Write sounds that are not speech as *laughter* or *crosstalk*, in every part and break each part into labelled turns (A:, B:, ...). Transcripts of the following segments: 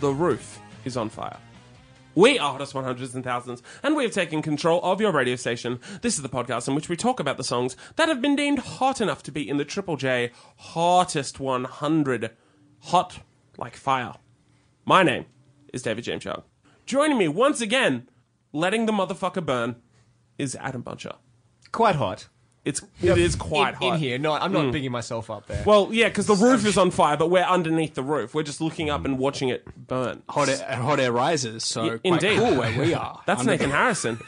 A: the roof is on fire. We are Hottest 100s and Thousands, and we have taken control of your radio station. This is the podcast in which we talk about the songs that have been deemed hot enough to be in the Triple J Hottest 100. Hot like fire. My name is David James Young. Joining me once again, letting the motherfucker burn, is Adam Buncher.
B: Quite hot.
A: It's, it is quite
B: in,
A: hot. Mm.
B: in here. No, I'm not bigging myself up there.
A: Well, yeah, because the roof is on fire, but we're underneath the roof. We're just looking up
C: Mm.
A: and watching it burn.
C: hot air, hot air rises, so
A: Y-
C: quite
A: indeed.
C: cool where we
B: *laughs*
C: are.
A: That's
C: Under-
A: Nathan
C: *laughs*
A: Harrison.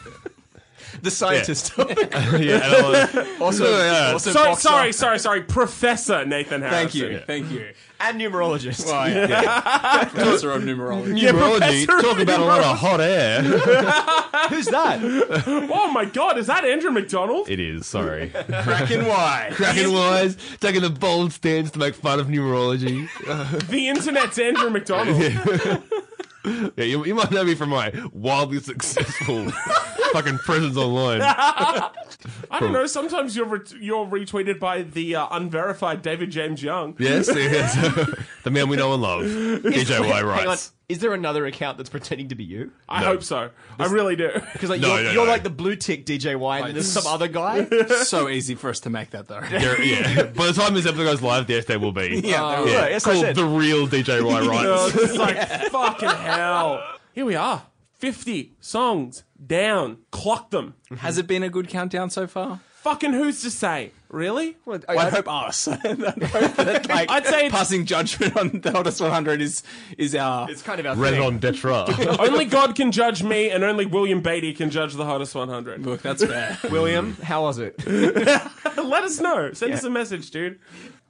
B: the scientist.
C: Also, also
A: Sorry,
C: boxer.
A: sorry, sorry, sorry. Professor Nathan Harrison.
C: Thank you, thank you.
B: and numerologist.
C: Right,
D: *laughs*
C: yeah. Professor of numerology.
D: numerology.
A: professor
D: Talk
A: of
D: about a lot of hot air.
B: *laughs*
A: *laughs*
B: Who's that?
A: *laughs* Oh my god, is that Andrew McDonald?
D: it is. Sorry.
C: Kraken why?
D: *laughs* Cracking wise, taking the bold stance to make fun of numerology.
A: *laughs* The internet's Andrew McDonald.
C: *laughs*
D: Yeah, you, you might know me from my wildly successful *laughs* fucking presence online.
A: I don't know. Sometimes you're ret you're retweeted by the uh, unverified David James Young.
D: Yes, *laughs* yes. the man we know and love, DJY
B: Hang on.
D: writes.
B: Is there another account that's pretending to be you?
A: I
D: No.
A: hope so. I really do. *laughs*
B: Because like
D: No,
B: you're,
D: no,
B: you're
D: no.
B: like the blue tick DJ Y, and then there's some other
C: *laughs*
B: guy.
C: so easy for us to make that though.
D: There- yeah. By the time this episode goes live, yes, there will be.
C: Yeah,
B: there will. Yes, I
D: called
B: said.
D: the real DJY
A: Oh, *laughs*
D: writes.
A: it's just
C: *laughs*
A: like fucking hell. Here we are. Fifty songs down. Clock them.
C: *laughs* Has it been a good countdown so far?
A: Fucking who's to say? Really?
B: Well,
C: I
B: I-
C: hope us. *laughs* I hope that, *laughs* like,
A: I'd say it's-
C: passing judgment on the hottest 100 is is our. *laughs*
B: it's kind of our thing.
D: Raison
A: *laughs*
D: d'etre.
A: only God can judge me, and only William Beatty can judge the hottest 100.
C: Look, that's *laughs* fair.
B: William, how was
C: *laughs*
B: it?
A: Let us know. Send us a message, dude.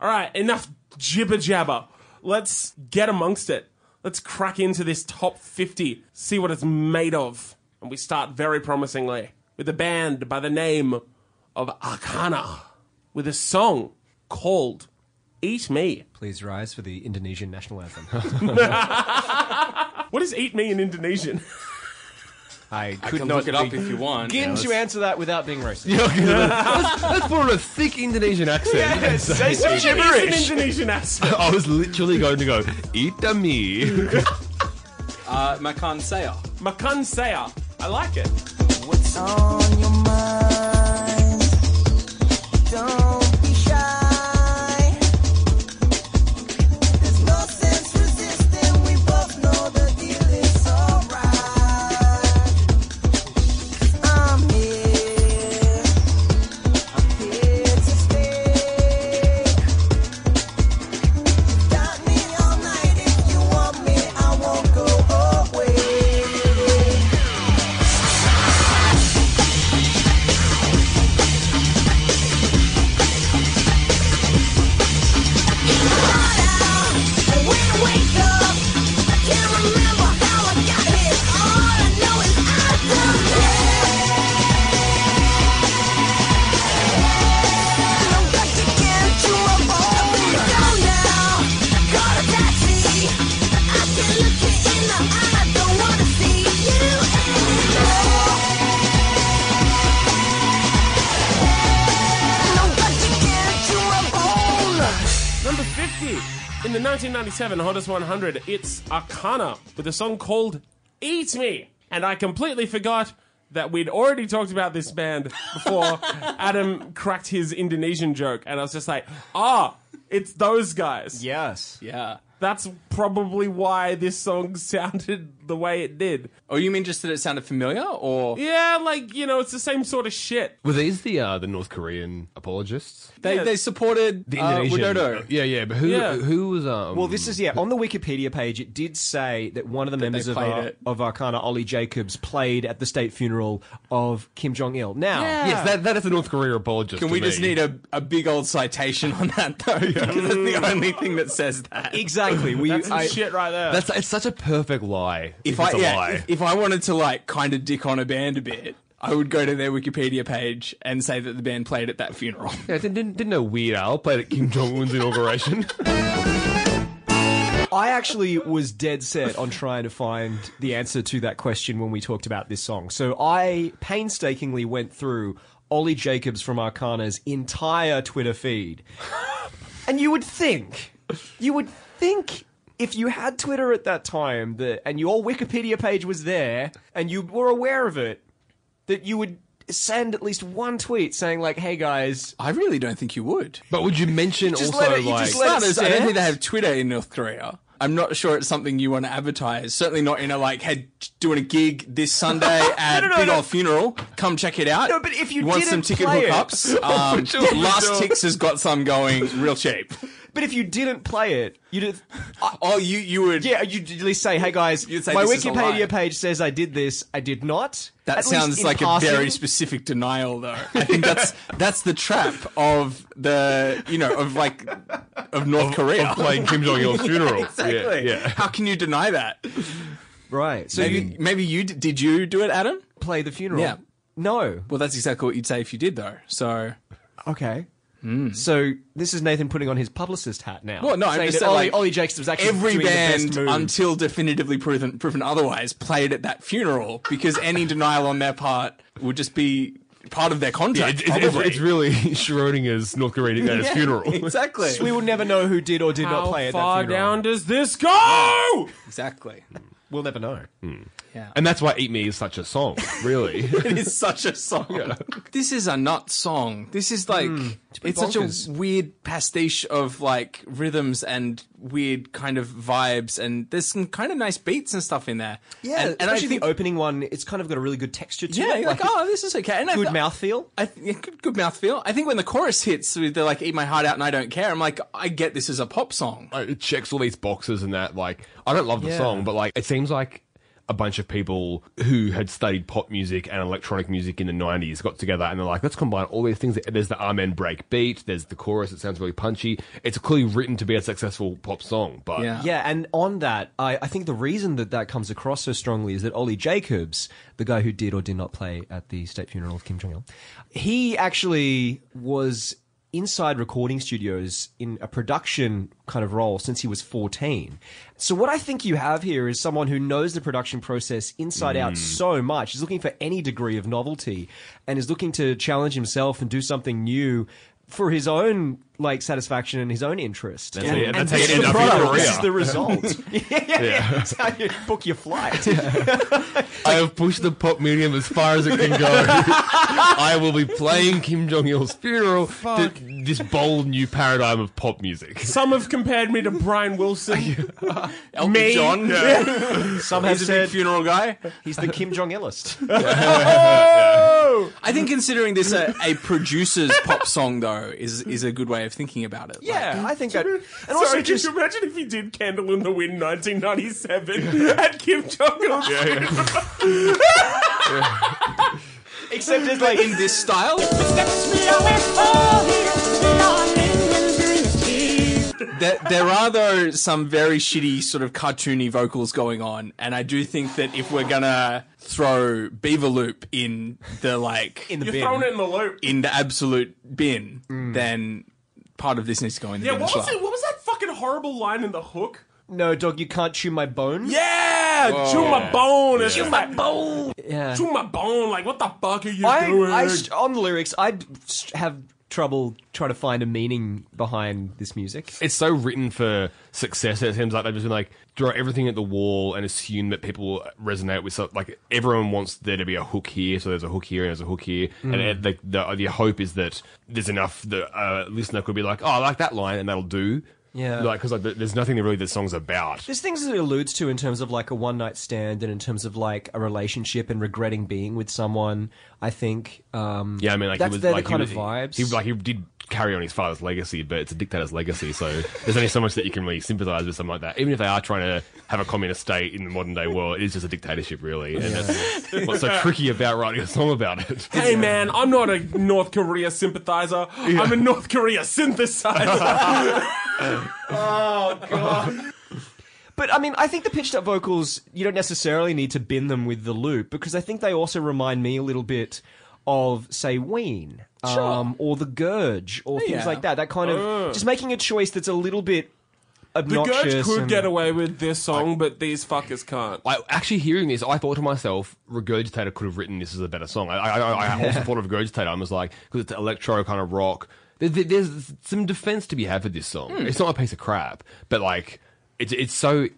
A: All right, enough jibber jabber. Let's get amongst it. Let's crack into this top 50, see what it's made of. And we start very promisingly with a band by the name of Arcana with a song called Eat Me.
B: Please rise for the Indonesian national anthem.
A: What is Eat Me in Indonesian?
C: *laughs*
B: I could
C: You can
B: not
C: look it up
B: be-
C: if you want.
B: Begin
C: Yeah,
B: to answer that without being racist.
D: let's, let's put on a thick Indonesian accent.
B: Say some
A: It's an Indonesian accent.
D: I was literally going to go, eat the me.
C: Uh, Makan Sayah.
A: Makan Seya. I like it.
E: What's on your mind? Don't be shy. There's no sense resisting. We both know the deal is alright. I'm here. I'm here to stay. Got me all night. If you want me, I won't go away.
A: Number 50 in the 1997 Hottest 100, it's Arcana with a song called Eat Me. And I completely forgot that we'd already talked about this band before Adam cracked his Indonesian joke. And I was just like, ah, it's those guys.
B: Yes.
C: Yeah.
A: That's probably why this song *laughs* sounded the way it did.
C: Oh, you mean just that it sounded familiar, or
A: Yeah, like, you know, it's the same sort of shit.
D: Were these the uh, the North Korean apologists?
C: they
A: Yeah.
C: they supported the Uh, Widodo.
D: Yeah, yeah, but who
A: Yeah.
D: who was um
B: Well, this is yeah. On the Wikipedia page, it did say that one of the members of
C: played
B: our,
C: it.
B: of Arcana, Ollie Jacobs, played at the state funeral of Kim Jong Il. Now,
D: Yes, that, that is a North Korean apologist.
C: Can
D: to
C: we
D: me.
C: just need a, a big old citation on that though? *laughs* Because that's the only thing that says that.
B: exactly. We
A: That's some
B: I-
A: shit right there.
D: That's it's such a perfect lie.
C: if
D: If,
C: I
D: it's a
C: yeah,
D: lie.
C: If, if I wanted to like kind of dick on a band a bit, I would go to their Wikipedia page and say that the band played at that funeral.
D: yeah, didn't, didn't didn't know Weird Al played at Kim Jong Un's inauguration?
B: I actually was dead set on trying to find the answer to that question when we talked about this song. So I painstakingly went through Ollie Jacobs from Arcana's entire Twitter feed. And you would think, you would think if you had Twitter at that time the, and your Wikipedia page was there and you were aware of it, that you would send at least one tweet saying like, "Hey guys,
C: I really don't think you would.
D: But would you mention
B: just
D: also
B: let it- you
D: like?
C: *laughs*
B: just let-
C: Starters, I don't
B: stand.
C: think they have Twitter in North Korea. I'm not sure it's something you want to advertise. Certainly not in a like, hey, doing a gig this Sunday at
B: *laughs* no, no,
C: big
B: no.
C: old funeral. Come check it out.
B: No, but if you
C: want
B: didn't
C: some ticket
B: play it- *laughs*
C: hookups, um,
D: Sure,
C: Last
D: sure.
C: Tix has got some going real cheap.
B: but if you didn't play it, you'd have,
C: Oh, you you would.
B: yeah, you'd at least say, "Hey guys,
C: You'd say
B: my
C: this is a lie."
B: Wikipedia page says I did this, I did not."
C: That
B: At least
C: sounds
B: in
C: like
B: passing.
C: a very specific denial, though. I think that's *laughs* that's the trap of the you know of like of North Korea.
D: Playing Kim Jong Il's funeral.
C: exactly.
D: Yeah, yeah.
C: *laughs* How can you deny that?
B: right. So you
C: Maybe maybe you d- did you do it, Adam?
B: play the funeral.
C: Yeah.
B: No.
C: Well, that's exactly what you'd say if you did, though. So,
B: Okay. So this is Nathan putting on his publicist hat now.
C: Hmm. Well, no, I'm
B: Saying
C: just
B: that
C: saying,
B: Ollie,
C: like,
B: Ollie Jacobs was actually
C: every
B: doing the
C: band,
B: best move.
C: until definitively proven proven otherwise, played at that funeral because any denial on their part would just be part of their
D: Yeah,
C: contract.
D: it's, it's, it's,
C: probably.
D: it's really *laughs* Schrodinger's North Korean at his
C: Yeah,
D: funeral.
C: Exactly.
B: we will never know who did or did
A: How
B: not play at that
A: far
B: funeral.
A: down does this go?
C: Exactly.
B: We'll never know.
D: And that's why Eat Me is such a song, really.
C: It is such a song. Hmm. This is a nut song. This is like it's such
B: bonkers.
C: a weird pastiche of like rhythms and weird kind of vibes, and there's some kind of nice beats and stuff in there.
B: and,
C: and, and I
B: especially
C: think
B: the opening one, it's kind of got a really good texture to
C: yeah,
B: it.
C: you're like, oh, this is okay. And I
B: good
C: th-
B: mouthfeel.
C: I th- yeah, good, good mouth feel. I think when the chorus hits with the like "Eat My Heart Out" and I don't care, I'm like, I get this is a pop song.
D: uh, it checks all these boxes and that. Like, I don't love the
C: Yeah.
D: song, but like, it seems like a bunch of people who had studied pop music and electronic music in the 90s got together and they're like, let's combine all these things. There's the Amen break beat, there's the chorus, it sounds really punchy. It's clearly written to be a successful pop song, but
C: Yeah.
B: Yeah, and on that, I, I think the reason that that comes across so strongly is that Ollie Jacobs, the guy who did or did not play at the state funeral of Kim Jong Il, he actually was inside recording studios in a production kind of role since he was 14. So what I think you have here is someone who knows the production process inside out so much, is looking for any degree of novelty and is looking to challenge himself and do something new for his own like satisfaction and his own interest.
D: That's it. That's
B: And
D: how you
B: this
D: end
B: is
D: up
B: the
D: in
B: product.
D: Korea.
B: This is the
D: *laughs*
B: result. *laughs* yeah, yeah, yeah. That's how you book your flight.
D: I have pushed the pop medium as far as it
C: *laughs*
D: can go. I will be playing Kim Jong Il's funeral. Th- this bold new paradigm of pop music.
A: Some have compared me to Brian Wilson.
C: Elton
A: Me?
C: John,
B: Some have
C: *laughs* he's a big
B: said
C: funeral guy.
B: he's the Kim Jong Ilist.
D: *laughs*
C: I think considering this a, a producer's pop song though is is a good way of thinking about it. Like,
B: yeah, I think
D: *laughs*
B: that. And
A: Sorry,
B: also,
A: could
B: just
A: you imagine if he did Candle in the Wind 1997 at Kim Jong Il's
B: except it's
D: *laughs*
B: like
C: in this style, there, there are though some very shitty sort of cartoony vocals going on, and I do think that if we're gonna throw Beaver Loop in the like
B: in the
A: You're
B: bin.
A: thrown it in the loop.
C: in the absolute bin, then part of this needs to go in the
A: Yeah,
C: bin
A: what
C: as
A: was
C: well.
A: it? What was that fucking horrible line in the hook?
B: No, dog, you can't chew my bone.
A: Yeah, chew my bone. It's just like,
B: Yeah.
A: chew my bone. Like, what the fuck are you
B: I,
A: doing?
B: I st- on the lyrics, I have trouble trying to find a meaning behind this music.
D: It's so written for success. It seems like they've just been like throw everything at the wall and assume that people will resonate with. So, like everyone wants there to be a hook here, so there's a hook here and there's a hook here, and it, the, the the hope is that there's enough that a listener could be like, oh, I like that line, and that'll do.
B: Yeah.
D: like because like, th- there's nothing really the song's about.
B: There's things that it alludes to in terms of like a one night stand and in terms of like a relationship and regretting being with someone. I think. Um,
D: Yeah, I mean, like
B: that's
D: he was
B: they're
D: like
B: the kind
D: he,
B: of
D: was-
B: vibes.
D: He like he did carry on his father's legacy, but it's a dictator's
B: *laughs*
D: legacy, so there's only so much that you can really sympathise with something like that. Even if they are trying to have a communist state in the modern day world, it is just a dictatorship, really, and that's
B: *laughs*
D: what's so tricky about writing a song about it.
A: Hey man, I'm not a North Korea sympathizer. I'm a North Korea synthesizer.
B: But I mean, I think the pitched up vocals, you don't necessarily need to bin them with the loop because I think they also remind me a little bit of, say, Ween um, or The Gurge or things
C: yeah.
B: like that. That kind of just making a choice that's a little bit
A: Oh. the
B: obnoxious.
A: Gurge could
B: and-
A: get away with this song, but these fuckers can't.
D: I actually hearing this, I thought to myself, Regurgitator could have written this as a better song. I, I, I I also thought of Regurgitator. I was like, because it's electro kind of rock. There, there- there's some defense to be had for this song. It's not a piece of crap, but like. it's it's so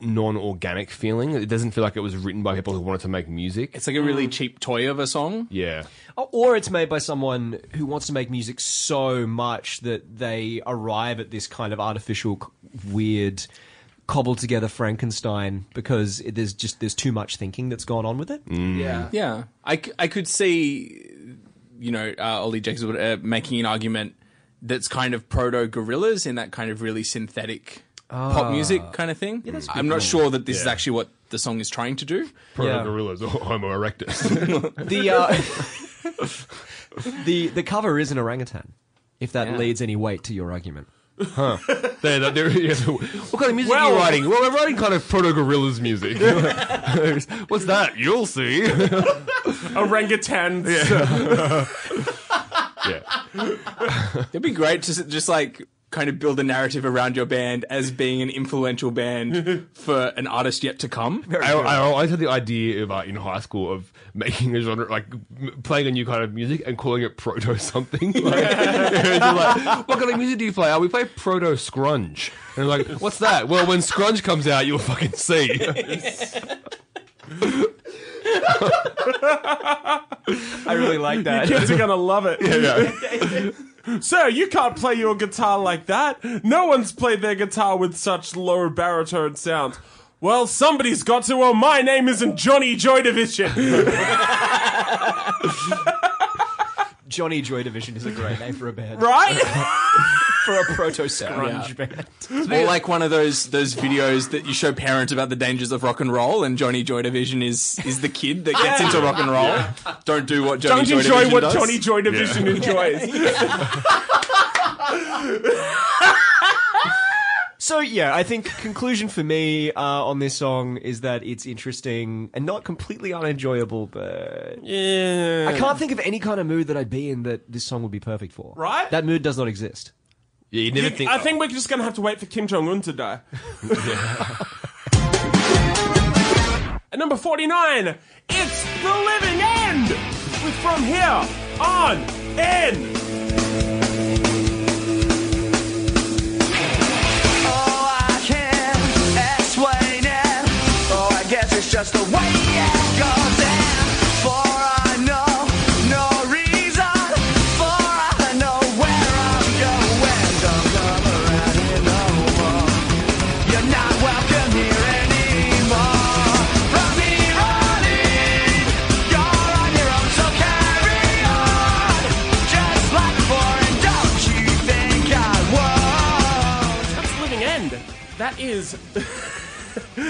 D: non-organic feeling. It doesn't feel like it was written by people who wanted to make music.
C: It's like a really cheap toy of a song.
D: yeah.
B: Oh, Or it's made by someone who wants to make music so much that they arrive at this kind of artificial, c- weird, cobbled together Frankenstein because it, there's just there's too much thinking that's gone on with it.
C: Yeah. Yeah. I, c- I could see, you know, uh, Ollie Jacobs would, uh, making an argument that's kind of proto gorillas in that kind of really synthetic pop music kind of thing. I'm not sure that this is
D: Yeah.
C: actually what the song is trying to do.
D: Proto
B: Yeah.
D: gorillas or Homo erectus. *laughs*
B: The *laughs* uh, the the cover is an orangutan. If that
C: Yeah.
B: leads any weight to your argument,
D: They're- they're- they're- yeah, so what kind of music
A: Well-
D: are you writing? Well, I'm writing kind of proto gorillas music. *laughs* What's that? You'll see. *laughs*
A: Orangutan.
D: yeah.
C: It'd be great to s- just like kind of build a narrative around your band as being an
B: *laughs*
C: influential band for an artist yet to come.
D: I, I always had the idea of uh, in high school of making a genre, like m- playing a new kind of music and calling it proto something. *laughs* Like, they're like, what kind of music do you play? Oh, we play proto scrunge. And I'm like, what's that? Well, when scrunge comes out, you'll fucking see. *laughs*
B: I really like that.
A: Kids are gonna love it. *laughs* Sir, you can't play your guitar like that. No one's played their guitar with such low baritone sounds. Well, somebody's got to. Well, my name isn't Johnny Joy Division.
B: *laughs* Johnny Joy Division is a great name for a band,
A: right?
B: for a proto grunge
C: Yeah.
B: band.
C: Or like one of those those videos that you show parents about the dangers of rock and roll, and Johnny Joy Division is is the kid that gets into rock and roll. Don't do what Johnny
A: Ah. Don't
C: Joy
A: enjoy
C: Division
A: what
C: does.
A: Johnny Joy Division enjoys.
B: So yeah, I think conclusion for me uh, on this song is that it's interesting and not completely unenjoyable, but
A: Yeah.
B: I can't think of any kind of mood that I'd be in that this song would be perfect for.
A: Right?
B: That mood does not exist.
D: Yeah, you never think. "Oh,
A: I think we're just gonna have to wait for Kim Jong Un to die. *laughs* At number 49, it's The Living End! With From Here On End!
F: Oh, Just the way it goes down. For I know no reason. For I know where I'm going. Don't come around here no more. You're not welcome here anymore. From here on in, you're on your own. So carry on, just like before. And don't you think I won't?
A: That's Living End. That is. *laughs*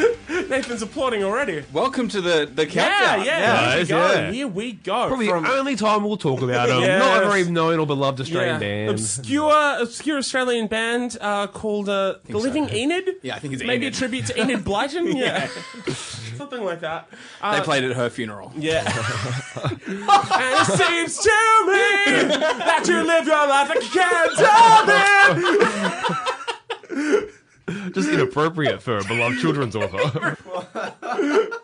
A: Nathan's applauding already.
C: Welcome to the the
A: Yeah,
C: countdown.
A: yeah. here, we
D: Guys,
A: go.
D: yeah.
A: here we go.
D: Probably
A: from
D: the only time we'll talk about them.
A: Yes.
D: Not a very known or beloved
A: yeah,
D: Australian band.
A: obscure, obscure Australian band uh, called uh, The Living Enid.
C: Yeah, I think it's
A: maybe
C: Enid.
A: a tribute to Enid Blyton. Yeah, something like that. Uh,
C: They played at her funeral. *laughs*
A: Yeah. and it seems to me that you live your life like you can't tell me.
D: Just inappropriate for a beloved
A: *laughs*
D: children's author.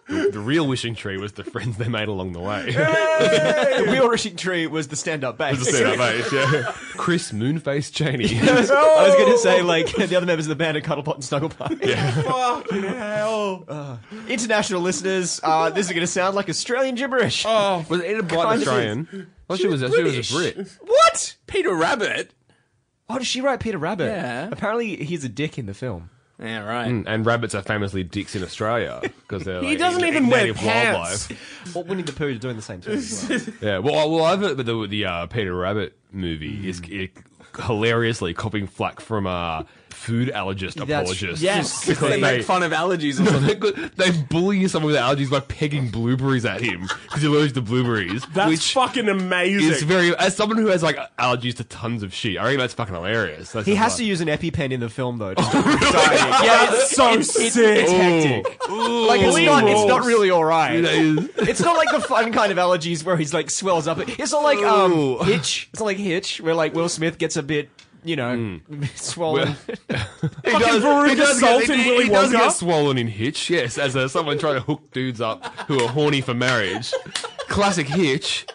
D: the, the real wishing tree was the friends they made along the way.
B: The real wishing tree was the stand-up bass.
D: *laughs* Just see that face, yeah. Chris Moonface Cheney. *laughs*
B: I was going
F: Oh.
B: to say like *laughs* the other members of the band are Cuddlepot and Snugglepot.
A: Fucking hell.
B: International listeners, uh, this is going to sound like Australian gibberish.
D: was Ada Blight Australian? Well, she was, she was a Brit.
B: what?
C: Peter Rabbit.
B: Oh, did she write Peter Rabbit?
C: Yeah.
B: Apparently, he's a dick in the film.
C: Yeah, right.
D: And rabbits are famously dicks in Australia because they're
A: He
D: like,
A: doesn't
D: na-
A: even wear
D: native
A: pants.
B: Well, Winnie the Pooh is doing the same thing. As *laughs* well.
D: Yeah, well, well, I've but the, the uh, Peter Rabbit movie
A: Hmm.
D: is it, hilariously copying flack from uh, food allergist
B: That's-
D: apologists. *laughs*
B: yes.
D: because
C: They make fun of allergies or something.
D: They, they bully someone with allergies by pegging blueberries at him because he allergic to blueberries.
A: That's
D: which
A: fucking amazing.
D: is very as someone who has like allergies to tons of shit. I reckon that's fucking hilarious. That's
B: He
D: just
B: has
D: like-
B: to use an EpiPen in the film though. Just to really? Yeah, it's
A: so sick.
B: It's hectic. Like it's
A: Ooh.
B: not. It's not really all
D: That
B: right.
D: is-
B: *laughs* It's not like the fun kind of allergies where he's like swells up. It's not like um
D: Ooh.
B: Hitch. It's not like Hitch where like Will Smith gets a bit. You know,
D: Hmm.
B: *laughs* swollen.
D: He does,
A: Veruca Salt
D: he-
A: and
D: he-
A: Willy
D: he does
A: Wonka.
D: get swollen in Hitch, yes, as uh, someone trying to hook dudes up who are horny for marriage. Classic Hitch.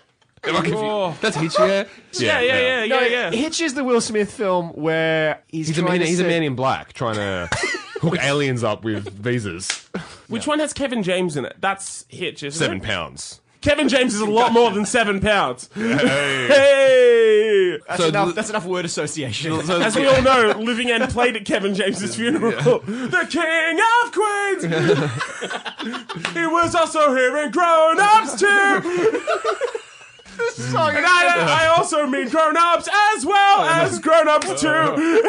D: Am I confused?
A: Oh.
D: That's Hitch, yeah?
A: yeah, yeah, yeah, yeah, yeah.
B: Hitch is the Will Smith film where he's
D: He's a,
B: trying
D: man,
B: to
D: he's a
B: say- *laughs*
D: man in black trying to hook aliens up with visas.
A: Which one has Kevin James in it? That's Hitch, isn't
D: Seven
A: it?
D: pounds.
A: Kevin James is a lot more than seven pounds. Hey!
B: That's,
C: So
B: enough,
C: the-
B: that's enough word association.
C: So-
A: As we all know, Living End played at Kevin James's funeral. The King of Queens! he was also here in Grown Ups too! and I, I also mean grown ups as well as grown ups too!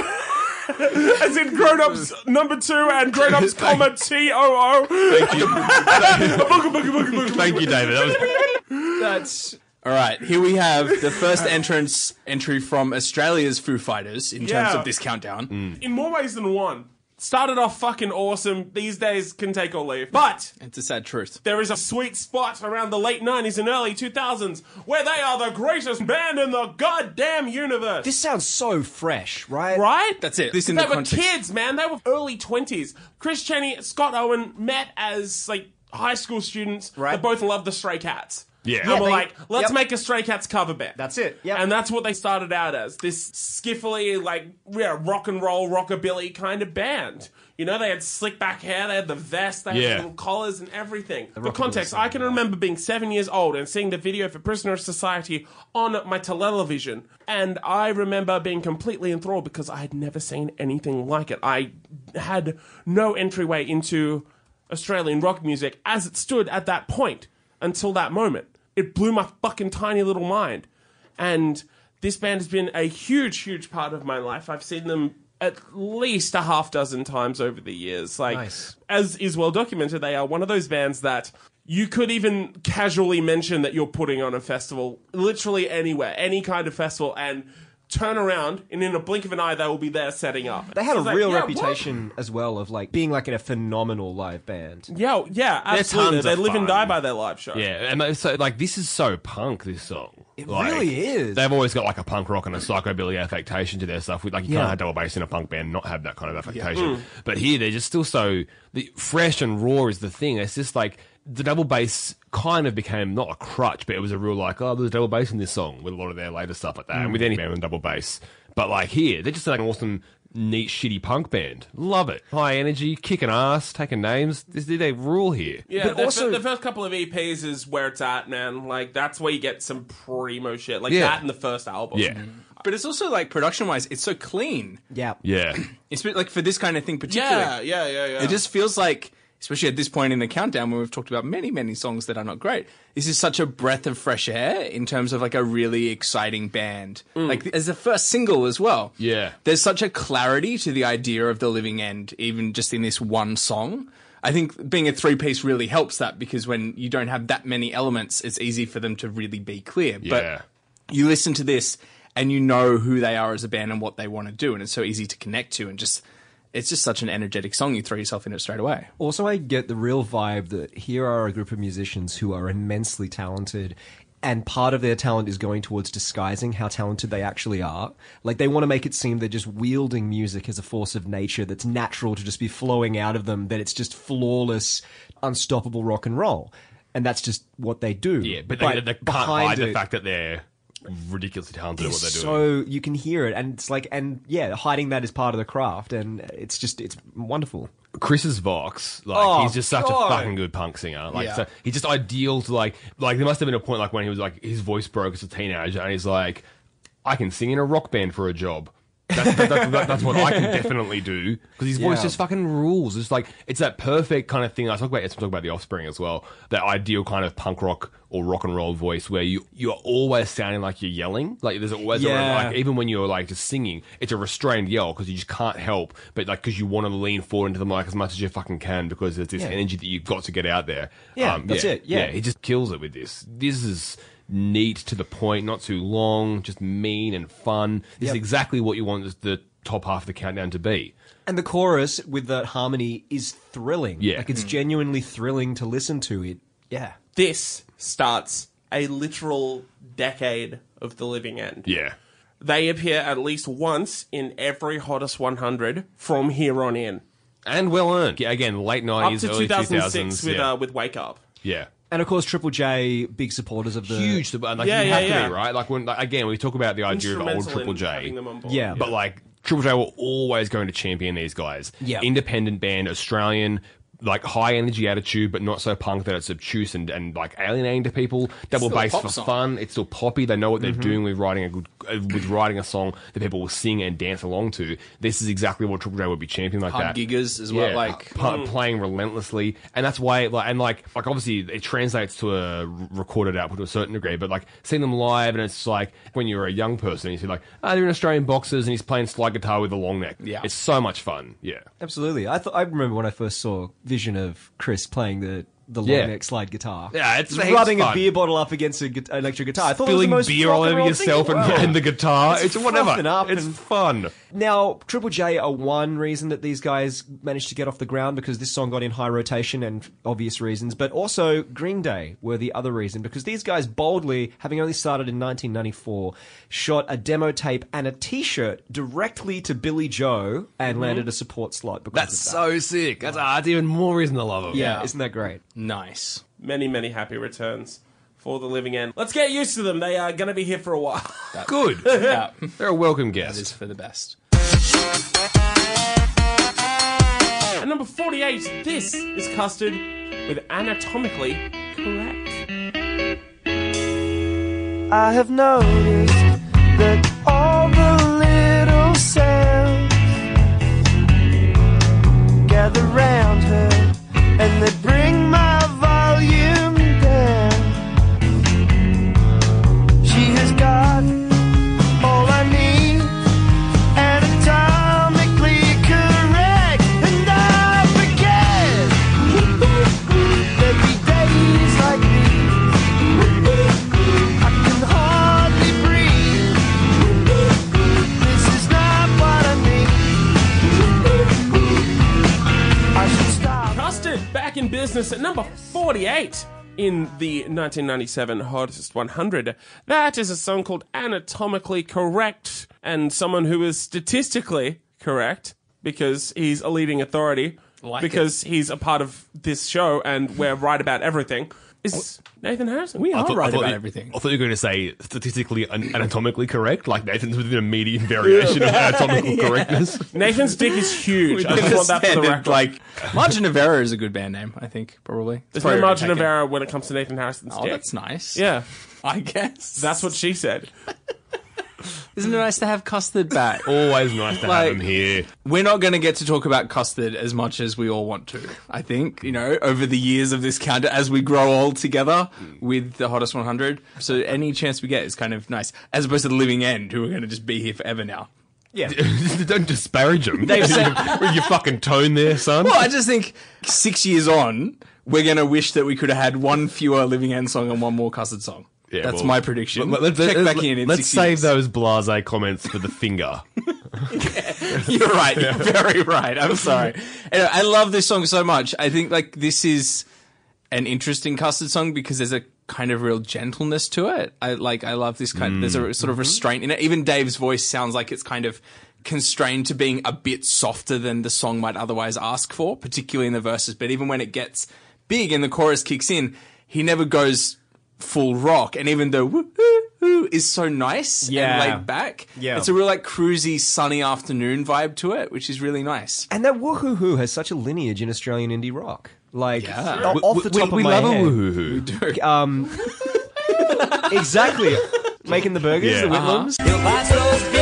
A: as in grown ups number two and grown ups comma T O O.
D: Thank you. Thank you, David. That was
B: that's
C: All right, here we have the first entrance entry from Australia's Foo Fighters in terms
A: Yeah.
C: of this countdown.
A: In more ways than one. Started off fucking awesome, these days can take or leave. But
C: It's a sad truth.
A: There is a sweet spot around the late 90s and early 2000s where they are the greatest band in the goddamn universe.
B: this sounds so fresh, right?
A: right?
C: That's it. This in
A: they
C: the
A: were
C: context.
A: kids, man. They were early 20s. Chris Cheney, Scott Owen met as like high school students.
B: Right.
A: They both loved the Stray Cats.
D: Yeah.
A: And
D: Yeah,
A: were
B: they-
A: like, let's
B: yep.
A: make a Stray Cats cover band.
B: That's it, yep.
A: And that's what they started out as. This skiffly, like, yeah, rock and roll, rockabilly kind of band. You know, they had slick back hair, they had the vest, they had
D: Yeah.
A: little collars and everything. For
B: rockabilly
A: context,
B: scene,
A: I can remember being seven years old and seeing the video for Prisoner of Society on my television, and I remember being completely enthralled because I had never seen anything like it. I had no entryway into Australian rock music as it stood at that point until that moment. It blew my fucking tiny little mind. And this band has been a huge, huge part of my life. I've seen them at least a half dozen times over the years. Like,
B: Nice.
A: as is well documented, they are one of those bands that you could even casually mention that you're putting on a festival, literally anywhere, any kind of festival, and turn around, and in a blink of an eye, they will be there setting up.
B: They had
A: So
B: a
A: it's like,
B: real
A: yeah, what?
B: reputation as well of like being like a phenomenal live band.
A: Yeah, yeah, absolutely.
D: tons
A: They
D: of
A: live and
D: fun.
A: die by their live show.
D: yeah, and so like this is so punk. This song,
B: It really is.
D: They've always got like a punk rock and a psychobilly affectation to their stuff. With like you
B: Yeah. Mm.
D: can't have double bass in a punk band and not have that kind of affectation. But here they're just still so the fresh and raw is the thing. It's just like the double bass kind of became not a crutch, but it was a real like oh there's double bass in this song with a lot of their later stuff like that
B: Mm.
D: and with any band with double bass. But like here they're just like an awesome. Neat, shitty punk band. Love it. High energy, kicking ass, taking names. This, they rule here.
A: Yeah,
B: But
A: the,
B: also-
A: fir- the first couple of EPs is where it's at, man. Like that's where you get some primo shit, like
D: Yeah.
A: that in the first album.
D: Yeah.
C: But it's also like production wise, it's so clean.
B: Yeah.
D: Yeah.
B: *clears throat*
C: It's bit- like for this kind of thing, particularly.
A: yeah, yeah, yeah, yeah.
C: It just feels like, especially at this point in the countdown, where we've talked about many, many songs that are not great. This is such a breath of fresh air in terms of like a really exciting band. Like as the first single as well.
D: Mm. Yeah.
C: there's such a clarity to the idea of the living end, even just in this one song. I think being a three piece really helps that because when you don't have that many elements, it's easy for them to really be clear.
D: Yeah.
C: But you listen to this and you know who they are as a band and what they want to do, and it's so easy to connect to and just. It's just such an energetic song. You throw yourself in it straight away.
B: Also, I get the real vibe that here are a group of musicians who are immensely talented, and part of their talent is going towards disguising how talented they actually are. Like, they want to make it seem they're just wielding music as a force of nature that's natural to just be flowing out of them, that it's just flawless, unstoppable rock and roll. And that's just what they do.
D: Yeah, but, they, they can't
B: behind
D: hide the
B: it-
D: fact that they're ridiculously talented at what they're doing.
B: so you can hear it and it's like and yeah hiding that is part of the craft and it's just it's wonderful
D: Chris's Vox, like
B: Oh,
D: he's just such
B: God.
D: a fucking good punk singer. Like
C: Yeah.
D: so he's just ideal to like like there must have been a point like when he was like his voice broke as a teenager and he's like, I can sing in a rock band for a job. That's, that, that, that- that's what
B: *laughs*
D: I can definitely do because his voice
B: Yeah.
D: just fucking rules. It's like it's that perfect kind of thing. I talk about it's talk about the Offspring as well. That ideal kind of punk rock or rock and roll voice where you you are always sounding like you're yelling. Like there's always
B: Yeah.
D: like even when you're like just singing, it's a restrained yell because you just can't help, but like because you want to lean forward into the mic as much as you fucking can because there's this
B: Yeah.
D: energy that you've got to get out there. Um,
B: Yeah, that's it, yeah.
D: he just kills it with this. This is neat to the point, not too long, just mean and fun. This
B: Yep.
D: is exactly what you want the top half of the countdown to be.
B: and the chorus with that harmony is thrilling
D: Yeah.
B: like it's genuinely thrilling to listen to it yeah
A: this starts a literal decade of the living end.
D: Yeah.
A: They appear at least once in every hottest 100 from here on in,
D: And well earned. Yeah, again, late
A: up
D: nineties,
A: to
D: early
A: 2006
D: 2000s.
A: with
D: yeah.
A: uh, with Wake Up.
D: yeah.
B: and of course triple j big supporters of the
D: Huge, to- like
A: Yeah,
D: you
A: yeah,
D: have to
A: yeah.
D: be right. Like when, like, again, we talk about the idea of old
A: Instrumental in
D: Triple J,
A: having them on board.
B: yeah
D: but like Triple J were always going to champion these guys.
B: Yeah.
D: Independent band, Australian, like high energy attitude, but not so punk that it's obtuse and, and like alienating to people. Double
C: still a
D: bass
C: pop
D: for
C: song. Mm-hmm.
D: fun. It's still poppy. They know what they're doing with writing a good, uh, with writing a song that people will sing and dance along to. This is exactly what Triple J would be championing like that
C: Hard giggers as well. Like
D: pu- playing relentlessly, and that's why. Like, and like, like obviously, it translates to a r- recorded output to a certain degree. But like, seeing them live, and it's like when you're a young person, you see like, ah, they're in Australian boxers, and he's playing slide guitar with a long neck.
C: Yeah.
D: it's so much fun. Yeah,
B: Absolutely. I th- I remember when I first saw vision of Chris playing the the long
D: Yeah.
B: neck slide guitar.
D: Yeah, it's
B: Just
D: heaps
B: rubbing a
D: fun.
B: beer bottle up against a gu- an electric guitar. I thought it was the
D: spilling
B: most
D: beer
B: rock
D: all
B: and
D: over
B: roll thing in
D: yourself
B: the
D: and,
B: world.
D: and the guitar.
B: It's
D: It's, whatever.
B: fluffing up
D: it's
B: and-
D: fun.
B: Now, Triple J are one reason that these guys managed to get off the ground because this song got in high rotation and obvious reasons, but also Green Day were the other reason because these guys boldly, having only started in 1994, shot a demo tape and a t shirt directly to Billy Joe and landed a support slot because
D: Mm-hmm. That's
B: of that.
D: so sick. That's, ah, that's even more reason to love them.
B: yeah, isn't that great?
D: Mm.
C: nice.
A: Many, many happy returns for the living end. Let's get used to them. They are going to be here for a while. *laughs*
D: good.
B: *laughs*
C: Yeah,
D: They're a welcome
C: that is
D: guest.
C: for the best.
A: At number 48, this is Custard with Anatomically Correct.
F: I have noticed that all the little sounds gather round her and they bring my volume down. She has got all I need anatomically correct, and I forget *laughs* that the days like these. I can hardly breathe. This is not what I need. I should stop.
A: Custard back in business at number 48 in the 1997 Hottest 100. That is a song called Anatomically Correct, and someone who is statistically correct because he's a leading authority.
C: Like
A: because he's a part of this show and we're right about everything. Is Nathan Harrison? We
C: are.
D: I thought-
C: right
D: I thought
C: about
D: you-
C: everything.
D: I thought you were going to say statistically and anatomically correct, like Nathan's within a median variation
B: *laughs*
D: of anatomical correctness.
A: Nathan's dick
C: *laughs*
A: is huge. *laughs* I just want that for the
C: Standard,
A: record.
C: like margin of error is a good band name. I think probably.
A: There's
C: Probably
A: no margin of
C: taken.
A: error when it comes to Nathan Harrison's
C: Oh,
A: dick.
C: that's nice.
A: Yeah,
C: I guess
A: that's what she said.
C: Isn't it nice to have custard back?
D: Always nice to
C: Like-
D: have him here. *laughs*
C: We're not going to get to talk about custard as much as we all want to. I think you know over the years of this counter, as we grow old together with the hottest 100. So any chance we get is kind of nice, as opposed to the living end, who are going to just be here forever now.
B: Yeah.
D: Don't disparage him. *laughs* with your fucking tone there, son.
C: Well, I just think six years on, we're going to wish that we could have had one fewer living end song and one more custard song.
D: Yeah,
C: That's
D: well,
C: my prediction.
D: Let, us
C: Check back in in
D: let's
C: six
D: save
C: years.
D: those blase comments for the finger.
C: *laughs* You're right. You're very right. I'm sorry. Anyway, I love this song so much. I think like this is an interesting custard song because there's a kind of real gentleness to it. I like I love this kind there's a sort of restraint in it. Even Dave's voice sounds like it's kind of constrained to being a bit softer than the song might otherwise ask for, particularly in the verses, but even when it gets big and the chorus kicks in, he never goes full rock and even though woo hoo hoo is so nice
B: Yeah.
C: and laid back
B: Yeah.
C: it's a real like cruisy sunny afternoon vibe to it which is really nice
B: And that woohoo has such a lineage in Australian indie rock. Like,
C: Yeah.
B: o-
C: We-
B: off the
D: we,
B: top of
D: we
B: my
D: love
B: head.
D: a woohoo.
B: Um,
C: *laughs*
B: exactly. Making the burgers,
D: Yeah.
B: the
C: Uh-huh.
B: Whitlams.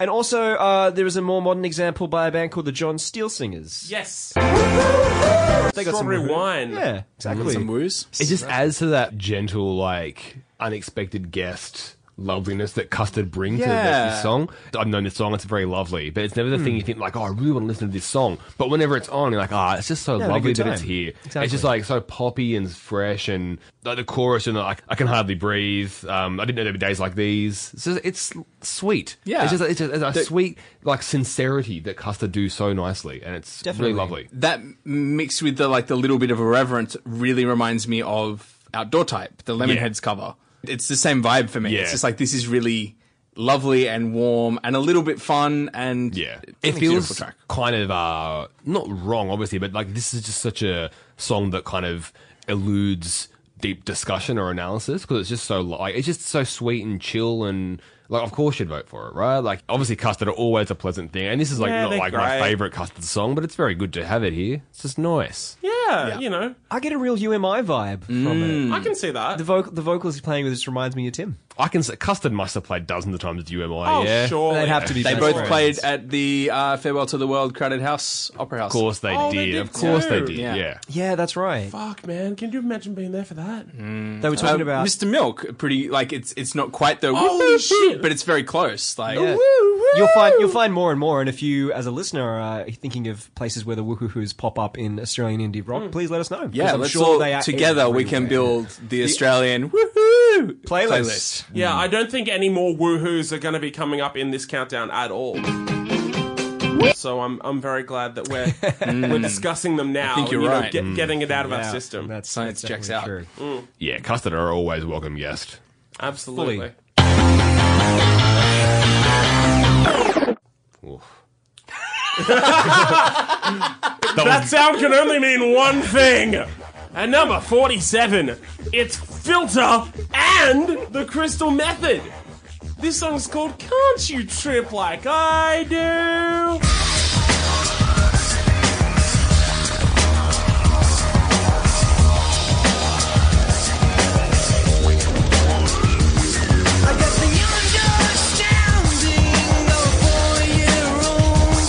B: And also, uh, there is a more modern example by a band called the John Steel Singers.
A: Yes.
B: They got some
A: Strawberry
B: woohoo.
A: wine.
B: Yeah, exactly.
C: some woos
D: It just adds to that gentle, like unexpected guest loveliness that Custard brings to
C: Yeah.
D: this, this song. I've known this song; it's very lovely, but it's never the thing
B: Hmm.
D: you think like, "Oh, I really want to listen to this song." But whenever it's on, you're like, "Ah, it's just so
B: Yeah,
D: lovely
B: good
D: that
B: time.
D: it's here."
B: Exactly.
D: It's just like so poppy and fresh, and like the chorus, and like I can hardly breathe. Um, I didn't know there'd be days like these. It's, just, it's sweet.
C: Yeah.
D: it's just it's just a
C: The-
D: sweet like sincerity that Custard do so nicely, and it's
B: Definitely.
D: really lovely.
C: that mixed with the like the little bit of irreverence really reminds me of outdoor type the lemonheads cover it's the same vibe for me
D: Yeah.
C: it's just like this is really lovely and warm and a little bit fun and
D: Yeah,
C: it feels track.
D: kind of uh, not wrong, obviously, but like this is just such a song that kind of eludes deep discussion or analysis because it's just so like it's just so sweet and chill and Like, of course you'd vote for it, right? Like, obviously, custard are always a pleasant thing, and this is like
A: Yeah,
D: not
A: they're
D: like
A: great.
D: my favorite custard song, but it's very good to have it here. It's just nice.
A: Yeah, you know,
B: I get a real UMI vibe
C: Mm.
B: from it.
A: I can see that.
B: The vocal, the vocals he's playing with just reminds me of Tim.
D: I can say custard must have played dozens of times at UMI.
A: oh,
D: yeah,
A: sure.
B: They'd have to be
C: They
B: best
C: both
B: friends.
C: played at the uh, Farewell to the World Crowded House Opera House.
D: Of course they
A: Oh,
D: did.
A: they did
D: Of course they
A: too.
D: did.
C: Yeah.
D: Yeah.
B: Yeah, that's right.
A: Fuck, man. Can you imagine being there for that?
B: They were
C: Uh,
B: talking about
C: Mr. Milk, pretty like it's it's not quite the
A: Holy shit.
C: but it's very close. Like
B: Yeah. You'll find you'll find more and more, and if you, as a listener, are thinking of places where the woohoohoos pop up in Australian indie rock, please let us know. 'cause
C: Mm. yeah,
B: I'm
C: let's
B: sure
C: all
B: they are
C: together we can
B: everywhere.
C: build the Australian
B: *laughs*
C: woohoo
B: playlist.
A: Yeah, I don't think any more woohoos are going to be coming up in this countdown at all. So I'm I'm very glad that we're we're discussing them now.
C: think you're
A: and, you know,
C: right.
A: get- getting it out of our
B: Yeah,
A: system.
B: That's
C: Science
B: that's
C: checks
B: definitely
C: out.
B: true.
D: Yeah, custard are always welcome guest.
A: Absolutely.
B: fully.
D: Oof.
A: That sound can only mean one thing. And number 47, it's Filter and the Crystal Method. This song's called Can't You Trip Like I Do?
E: I got the understanding of a four-year-old.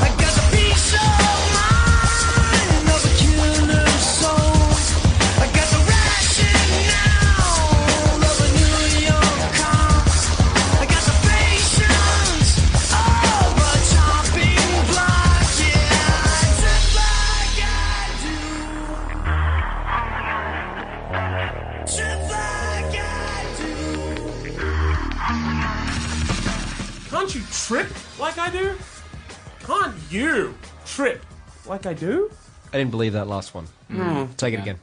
E: I got the peace of mind of a killer soul. I got the rationale of a New York cop. I got the patience of a chopping block. Yeah, I trip like I do. Trip like I do.
A: Can't you trip like I do? Can't you trip like I do?
B: I didn't believe that last one. Take it again.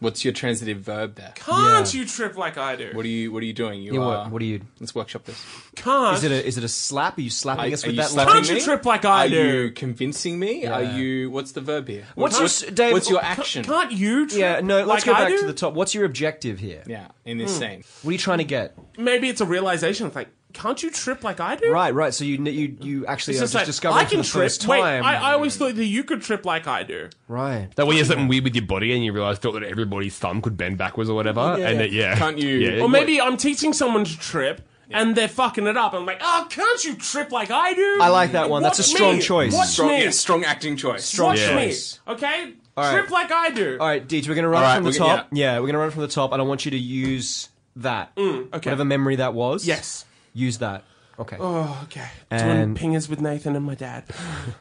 C: What's your transitive verb there?
A: Can't you trip like I do?
C: What are you What are you doing? You
B: Yeah, what-
C: are-
B: what are you-
C: Let's workshop this.
A: Can't,
B: Is it a, is it a slap? Are you slapping
C: Are-
B: us
C: are
B: with
C: you
B: that?
C: slapping
B: line?
A: Can't you
C: me?
A: trip like I
C: are
A: do?
C: you convincing me? Are you? What's the verb here?
B: What's your-
C: what's,
B: Dave, oh,
C: what's your
B: ca-
C: action?
A: can't you trip
B: Yeah, no. Let's
A: like
B: go
A: I
B: back
A: do?
B: to the top. What's your objective here?
C: yeah, in
B: Hmm.
C: this scene.
B: What are you trying to get?
A: Maybe it's a realization thing. Can't you trip like I do?
B: Right, right. So you you you actually
A: It's
B: are
A: just
B: just
A: like,
B: discovering
A: I can
B: for the
A: trip.
B: first
A: Wait,
B: time.
A: I, I always thought that you could trip like I do.
B: right.
D: That when you have something weird with your body and you realize thought that everybody's thumb could bend backwards or whatever,
B: Yeah.
D: and that yeah,
C: Can't you-
D: Yeah,
A: Or maybe I'm teaching someone to trip and they're fucking it up. I'm like, oh, can't you trip like I do?
B: I like that one. That's a
A: Watch
B: strong
A: me.
B: choice.
A: Watch
C: Strong,
A: me.
C: yeah, strong acting choice.
A: Watch
D: Yeah.
B: choice.
A: me. Okay?
B: All right.
A: Trip like I do.
B: All right, Deej, we're gonna run
C: All right,
B: from the
C: we're gonna-
B: top. Yeah. we're gonna run from the top, and I want you to use that.
A: Mm, okay.
B: Whatever memory that was.
A: Yes.
B: Use that. Okay.
A: Oh, okay.
B: And-
A: Doing pingers with Nathan and my dad.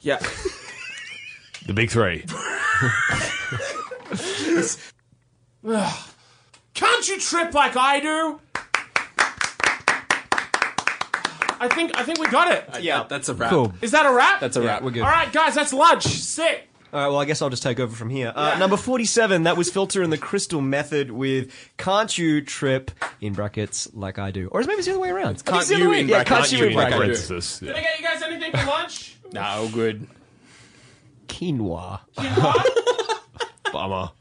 A: Yeah. *laughs*
D: the big
C: *laughs*
D: three.
A: Can't you trip like I do? I think I think we got it.
C: Yeah, that's a wrap.
B: Cool.
A: Is that a wrap?
C: That's a wrap.
B: We're good.
A: All right, guys, that's lunch. Sick.
B: All right, well, I guess I'll just take over from here. Uh, Number 47, that was Filter and the Crystal Method with Can't You Trip, in brackets, like I do. Or maybe it's the other way around. I think it's the
C: Can't
B: other
C: You
B: way-
C: in
B: yeah,
C: brackets.
B: Can't You in
C: Can't You in
B: brackets.
D: Parenthesis.
A: Did I get you guys anything for lunch?
C: Nah, all good.
B: Quinoa.
D: *laughs* Bummer.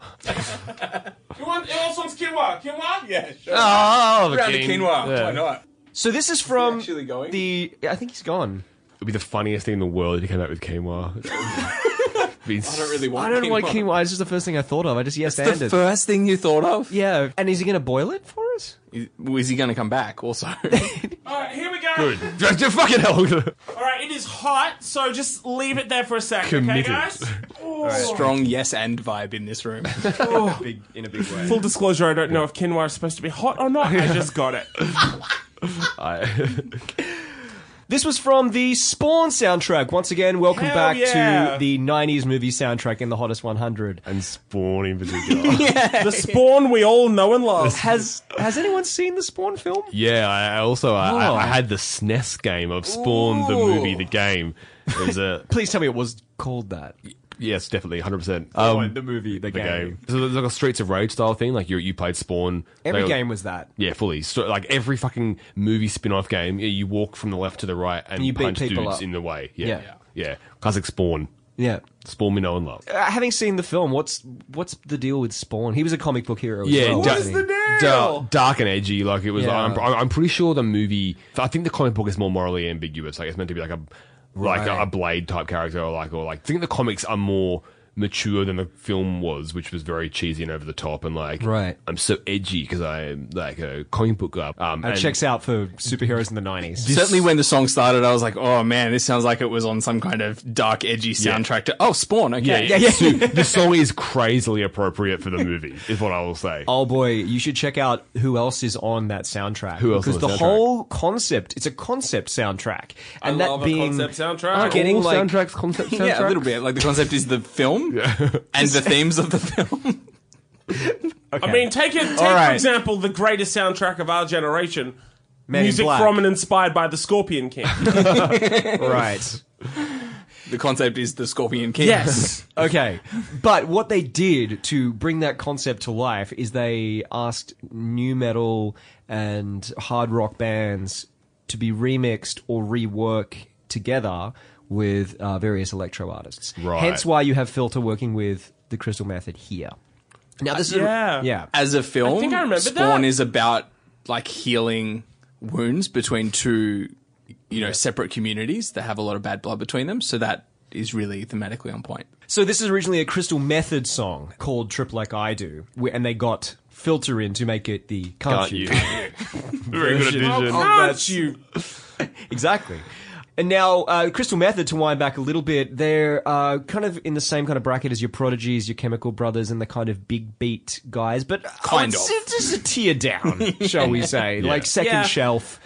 A: You want, it also wants quinoa. Quinoa? Yeah, sure.
D: Oh, the
C: Round of Ah, quinoa.
D: Yeah.
C: Why not?
B: So this is from
C: actually going?
B: the... I think he's gone.
D: It'd be the funniest thing in the world if you came out with
C: *laughs*
D: quinoa.
C: I don't really want.
B: I don't know why
C: quinoa.
B: quinoa is just the first thing I thought of. I just yes
C: That's
B: and
C: the
B: it.
C: first thing you thought of.
B: yeah, and is he going to boil it for us?
C: Is, is he going to come back? Also,
A: All right, here we go.
D: Good. Fucking hell.
A: All right, it is hot, so just leave it there for a second, okay,
D: Committed. *laughs*
A: guys? Oh.
C: *laughs* strong yes and vibe in
B: *laughs*
C: this room.
B: Big, in a big way.
A: Full disclosure, I don't know if quinoa is supposed to be hot or not. I just got
D: *laughs*
A: it.
D: I-
B: This was from the Spawn soundtrack. Once again, welcome
A: Hell
B: back
A: yeah.
B: to the 90s movie soundtrack in the Hottest 100.
D: and Spawn in
C: *laughs*
D: particular.
A: The spawn we all know and love.
B: Has has anyone seen the Spawn film?
D: Yeah, I I also I,
B: Oh.
D: I, I had the SNES game of Spawn, the movie, the game. It was a
B: Please tell me it was called that.
D: yes, definitely, hundred percent. Um,
B: movie,
D: the game. So there's like a Streets of Rage style thing. Like you, you played Spawn.
B: Every
D: They-
B: game was that.
D: Yeah, fully. So, like every fucking movie spin-off game, yeah, you walk from the left to the right and
B: You beat
D: punch
B: people
D: dudes
B: up.
D: in the way. Yeah.
B: Yeah.
D: yeah, Classic Spawn.
B: Yeah.
D: Spawn we know and love.
B: Uh, having seen the film, what's what's the deal with Spawn? He was a comic book hero. as well,
D: da-
B: wasn't he?
D: da- dark and edgy. Like it was.
B: Yeah.
D: I'm, I'm pretty sure the movie. I think the comic book is more morally ambiguous. Like it's meant to be like a like a,
B: Right.
D: a Blade type character, or like or like. I think the comics are more mature than the film was, which was very cheesy and over the top and like.
B: Right.
D: I'm so edgy because I'm like a comic book guy. Um,
B: That
D: and-
B: checks out for superheroes in the nineties.
C: Certainly, when the song started, I was like, "Oh man, this sounds like it was on some kind of dark, edgy soundtrack." To oh, Spawn. Okay,
D: Yeah, yeah, So *laughs* the song is crazily appropriate for the movie, is what I will say.
B: Oh boy, you should check out who else is on that soundtrack.
D: Who else
B: Because
D: on the
B: the
D: soundtrack?
B: whole concept—it's a concept soundtrack, and that
A: love a
B: being
A: concept soundtrack.
B: I'm getting
D: All
B: like
D: soundtracks,
B: *laughs*
D: concept soundtracks.
C: Yeah, a little bit. Like the concept is the film *laughs* and the themes of the film. *laughs*
A: I mean, take it. Take for
B: right.
A: example the greatest soundtrack of our generation.
B: in
A: music
B: Black. Oh,
A: from and inspired by the Scorpion
B: *laughs*
A: King.
B: right.
C: The concept is the Scorpion King.
A: yes.
B: Okay, but what they did to bring that concept to life is they asked new metal and hard rock bands to be remixed or rework together with uh, various electro artists.
D: Right.
B: Hence why you have Filter working with the Crystal Method here. Now this
A: yeah.
B: is yeah.
C: *laughs* As a film,
A: I think I remember
C: Spawn
A: that.
C: is about like healing wounds between two, you know, separate communities that have a lot of bad blood between them. So that is really thematically on point.
B: So this is originally a Crystal Method song called "Trip Like I Do," wh- and they got Filter in to make it the
D: Aren't
B: "Can't *laughs*
D: you?
B: You?"
D: *laughs* Very good addition.
A: Aren't you?
B: exactly. And now, uh, Crystal Method, to wind back a little bit, they're uh, kind of in the same kind of bracket as your Prodigies, your Chemical Brothers, and the kind of big beat guys, but
C: Kind
B: uh, it's,
C: of.
B: it's just a tear
D: *laughs*
B: down, shall we say? Like second
A: Yeah.
B: shelf.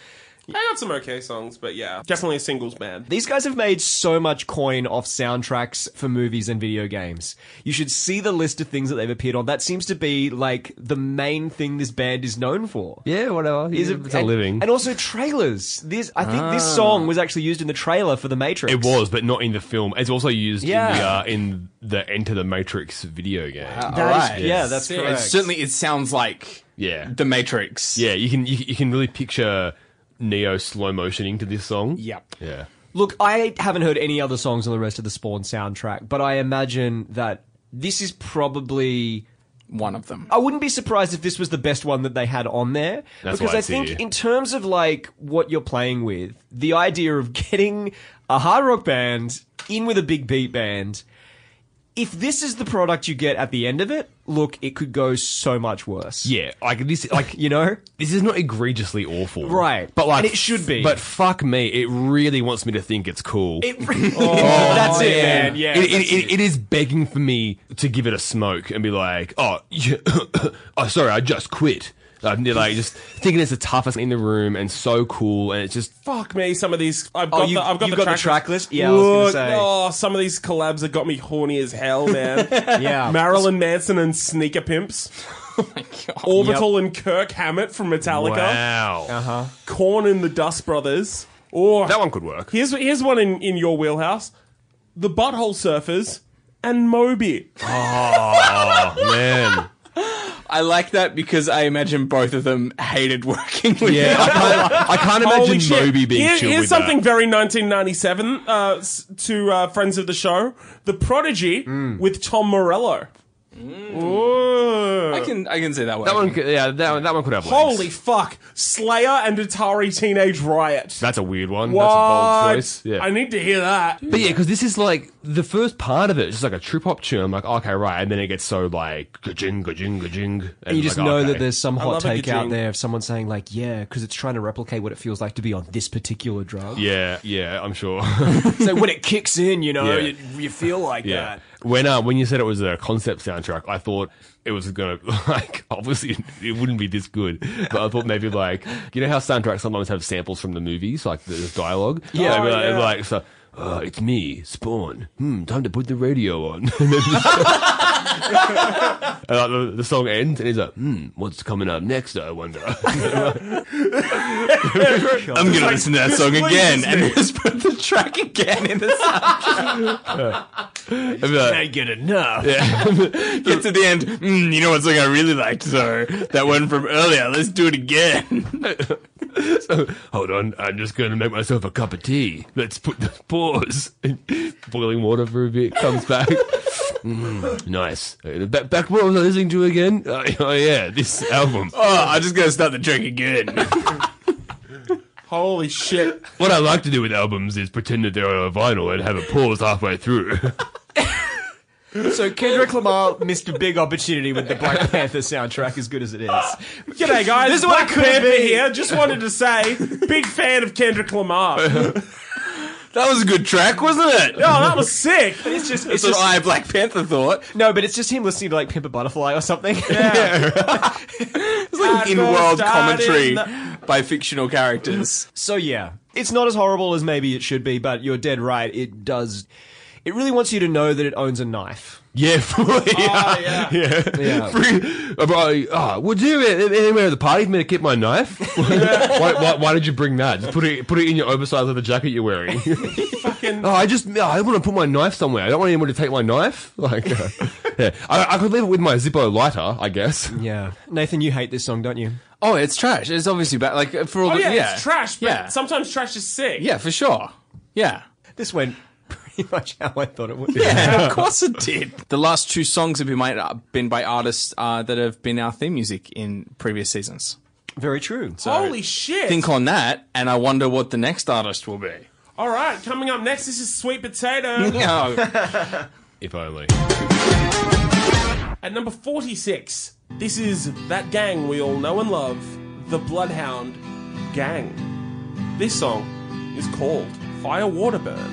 A: I got some okay songs, but yeah, definitely a singles band.
B: These guys have made so much coin off soundtracks for movies and video games. You should see the list of things that they've appeared on. That seems to be like the main thing this band is known for.
D: Yeah, whatever.
B: Is
D: it's a
B: and-
D: living. Ah.
B: and also trailers. This I think this song was actually used in the trailer for The Matrix.
D: It was, but not in the film. It's also used in, the,
B: Yeah.
D: uh, in the Enter the Matrix video game.
B: That is-
C: Alright.
B: Yeah, that's
A: Sick.
B: correct.
C: It's certainly, it sounds like
D: Yeah.
C: the Matrix.
D: yeah, you can you, you can really picture Neo slow motioning to this song.
B: Yep.
D: Yeah.
B: Look, I haven't heard any other songs on the rest of the Spawn soundtrack, but I imagine that this is probably.
C: one of them.
B: I wouldn't be surprised if this was the best one that they had on there.
D: That's
B: because
D: what I
B: I think,
D: see.
B: in terms of like what you're playing with, the idea of getting a hard rock band in with a big beat band, if this is the product you get at the end of it, look, it could go so much worse.
D: Yeah, like this like
B: You know?
D: this is not egregiously awful.
B: Right.
D: But like
B: And it should be.
D: But fuck me, it really wants me to think it's cool. Mm.
B: It, that's it, man. Oh, Yeah.
D: it, it, it, it is begging for me to give it a smoke and be like, oh, yeah, *coughs* oh sorry, I just quit. I'm like just thinking it's the toughest in the room and so cool, and it's just
A: Fuck me, some of these. I've got,
B: Oh, you-
A: the, I've got,
B: you've
A: the,
B: got the
A: track
B: track list? Yeah, I was gonna
A: Look,
B: say.
A: Oh, some of these collabs have got me horny as
B: *laughs*
A: hell, man.
B: yeah.
A: Marilyn Manson and Sneaker
B: *laughs*
A: Pimps.
B: Oh
A: Orbital and Kirk Hammett from Metallica.
D: wow. Uh-huh.
A: Corn and the Dust Brothers. Oh, Or
D: That one could work.
A: here's here's one in, in your wheelhouse. The Butthole Surfers and Moby.
D: *laughs* Man.
C: I like that because I imagine both of them hated working with
D: Yeah, I can't, I can't
A: Holy
D: imagine
A: shit.
D: Moby being
A: Here-
D: chill
A: Here's
D: with
A: something
D: that.
A: very 1997 uh, s- to uh, friends of the show. The Prodigy
D: Mm.
A: with Tom Morello. Ooh.
C: I can I can see that way.
D: That one, could, yeah, that one, that one could have. legs.
A: Holy fuck. Slayer and Atari Teenage Riot.
D: That's a weird one.
A: what?
D: That's a bold choice. Yeah.
A: I need to hear that.
D: but yeah, because this is like the first part of it, just like a trip hop tune. I'm like, okay, right, and then it gets so like gajing, gajing, gajing, and
B: You just
D: like,
B: know
D: okay.
B: that there's some hot
A: love a
B: take out
A: gajing.
B: there of someone saying like, yeah, because it's trying to replicate what it feels like to be on this particular drug.
D: Yeah, yeah, I'm sure. *laughs*
B: so when it kicks in, you know,
D: Yeah.
B: you, you feel like
D: yeah.
B: that.
D: When uh, when you said it was a concept soundtrack, I thought it was gonna *laughs* like obviously it wouldn't be this good, but I thought maybe like you know how soundtracks sometimes have samples from the movies, like the dialogue.
B: Yeah.
D: They'd be
A: Oh,
D: like,
A: yeah.
D: like, so. Uh, it's me, Spawn. Hmm, time to put the radio on. *laughs* and uh, the, the song ends, and he's like, "Hmm, what's coming up next? I wonder." *laughs*
C: I'm gonna listen to that song
A: displeases
D: *laughs*
C: again
A: me.
C: and just put the track again in the *laughs* sound.
D: I'd be like,
B: get enough.
D: *laughs*
C: Get to the end. Mm, you know what song I really liked though? That one from earlier. Let's do it again.
D: *laughs* So, hold on, I'm just going to make myself a cup of tea. Let's put the pause. Boiling water for a bit comes back. *laughs* Mm, nice. Uh, Back, back what was I listening to again? Uh, oh, yeah, this album.
C: Oh, I'm just gonna start the drink again.
A: *laughs* Holy shit.
D: What I like to do with albums is pretend that they're on a vinyl and have a pause halfway through.
B: So Kendrick Lamar missed a big opportunity with the Black Panther soundtrack, as good as it is.
A: G'day, guys.
B: This is what
A: Black
B: it could
A: Panther
B: be.
A: here. Just wanted to say,
B: *laughs*
A: big fan of Kendrick
D: *laughs*
A: Lamar. oh,
C: that was a good track, wasn't it?
A: that was sick.
B: It's just, it's
C: That's what
B: just
C: I Black Panther thought.
B: no, but it's just him listening to like Pimp a Butterfly or something. *laughs*
C: It's like
A: I
C: in-world
A: burst out
C: commentary
A: in
C: by fictional characters.
B: So yeah, it's not as horrible as maybe it should be, but you're dead right. It does. It really wants you to know that it owns a knife.
D: yeah, *laughs* fully. yeah.
A: yeah.
D: yeah. Free- uh, bro, uh, would you uh, anywhere at the party for me to keep my knife? *laughs* why, why, why did you bring that? Just put it put it in your oversized leather jacket you're wearing. oh, I just uh, I want to put my knife somewhere. I don't want anyone to take my knife. *laughs* Like, uh, yeah, I, I could leave it with my Zippo lighter, I guess.
B: Yeah, Nathan, you hate this song, don't you?
C: Oh, it's trash. It's obviously bad. Like for all
A: Oh,
C: the
A: yeah, it's trash, but
C: yeah,
A: sometimes trash is sick.
C: yeah, for sure. Yeah.
B: This went *laughs* pretty much how I thought it would.
C: *laughs* Yeah, of course it did. The last two songs have been, made, uh, been by artists uh, that have been our theme music in previous seasons.
B: *laughs* Very true. So
A: Holy shit.
C: Think on that, and I wonder what the next artist will be.
A: All right, coming up next, this is Sweet Potato.
C: No.
D: If only.
A: At number 46, this is that gang we all know and love, the Bloodhound Gang. This song is called Fire Water Burn.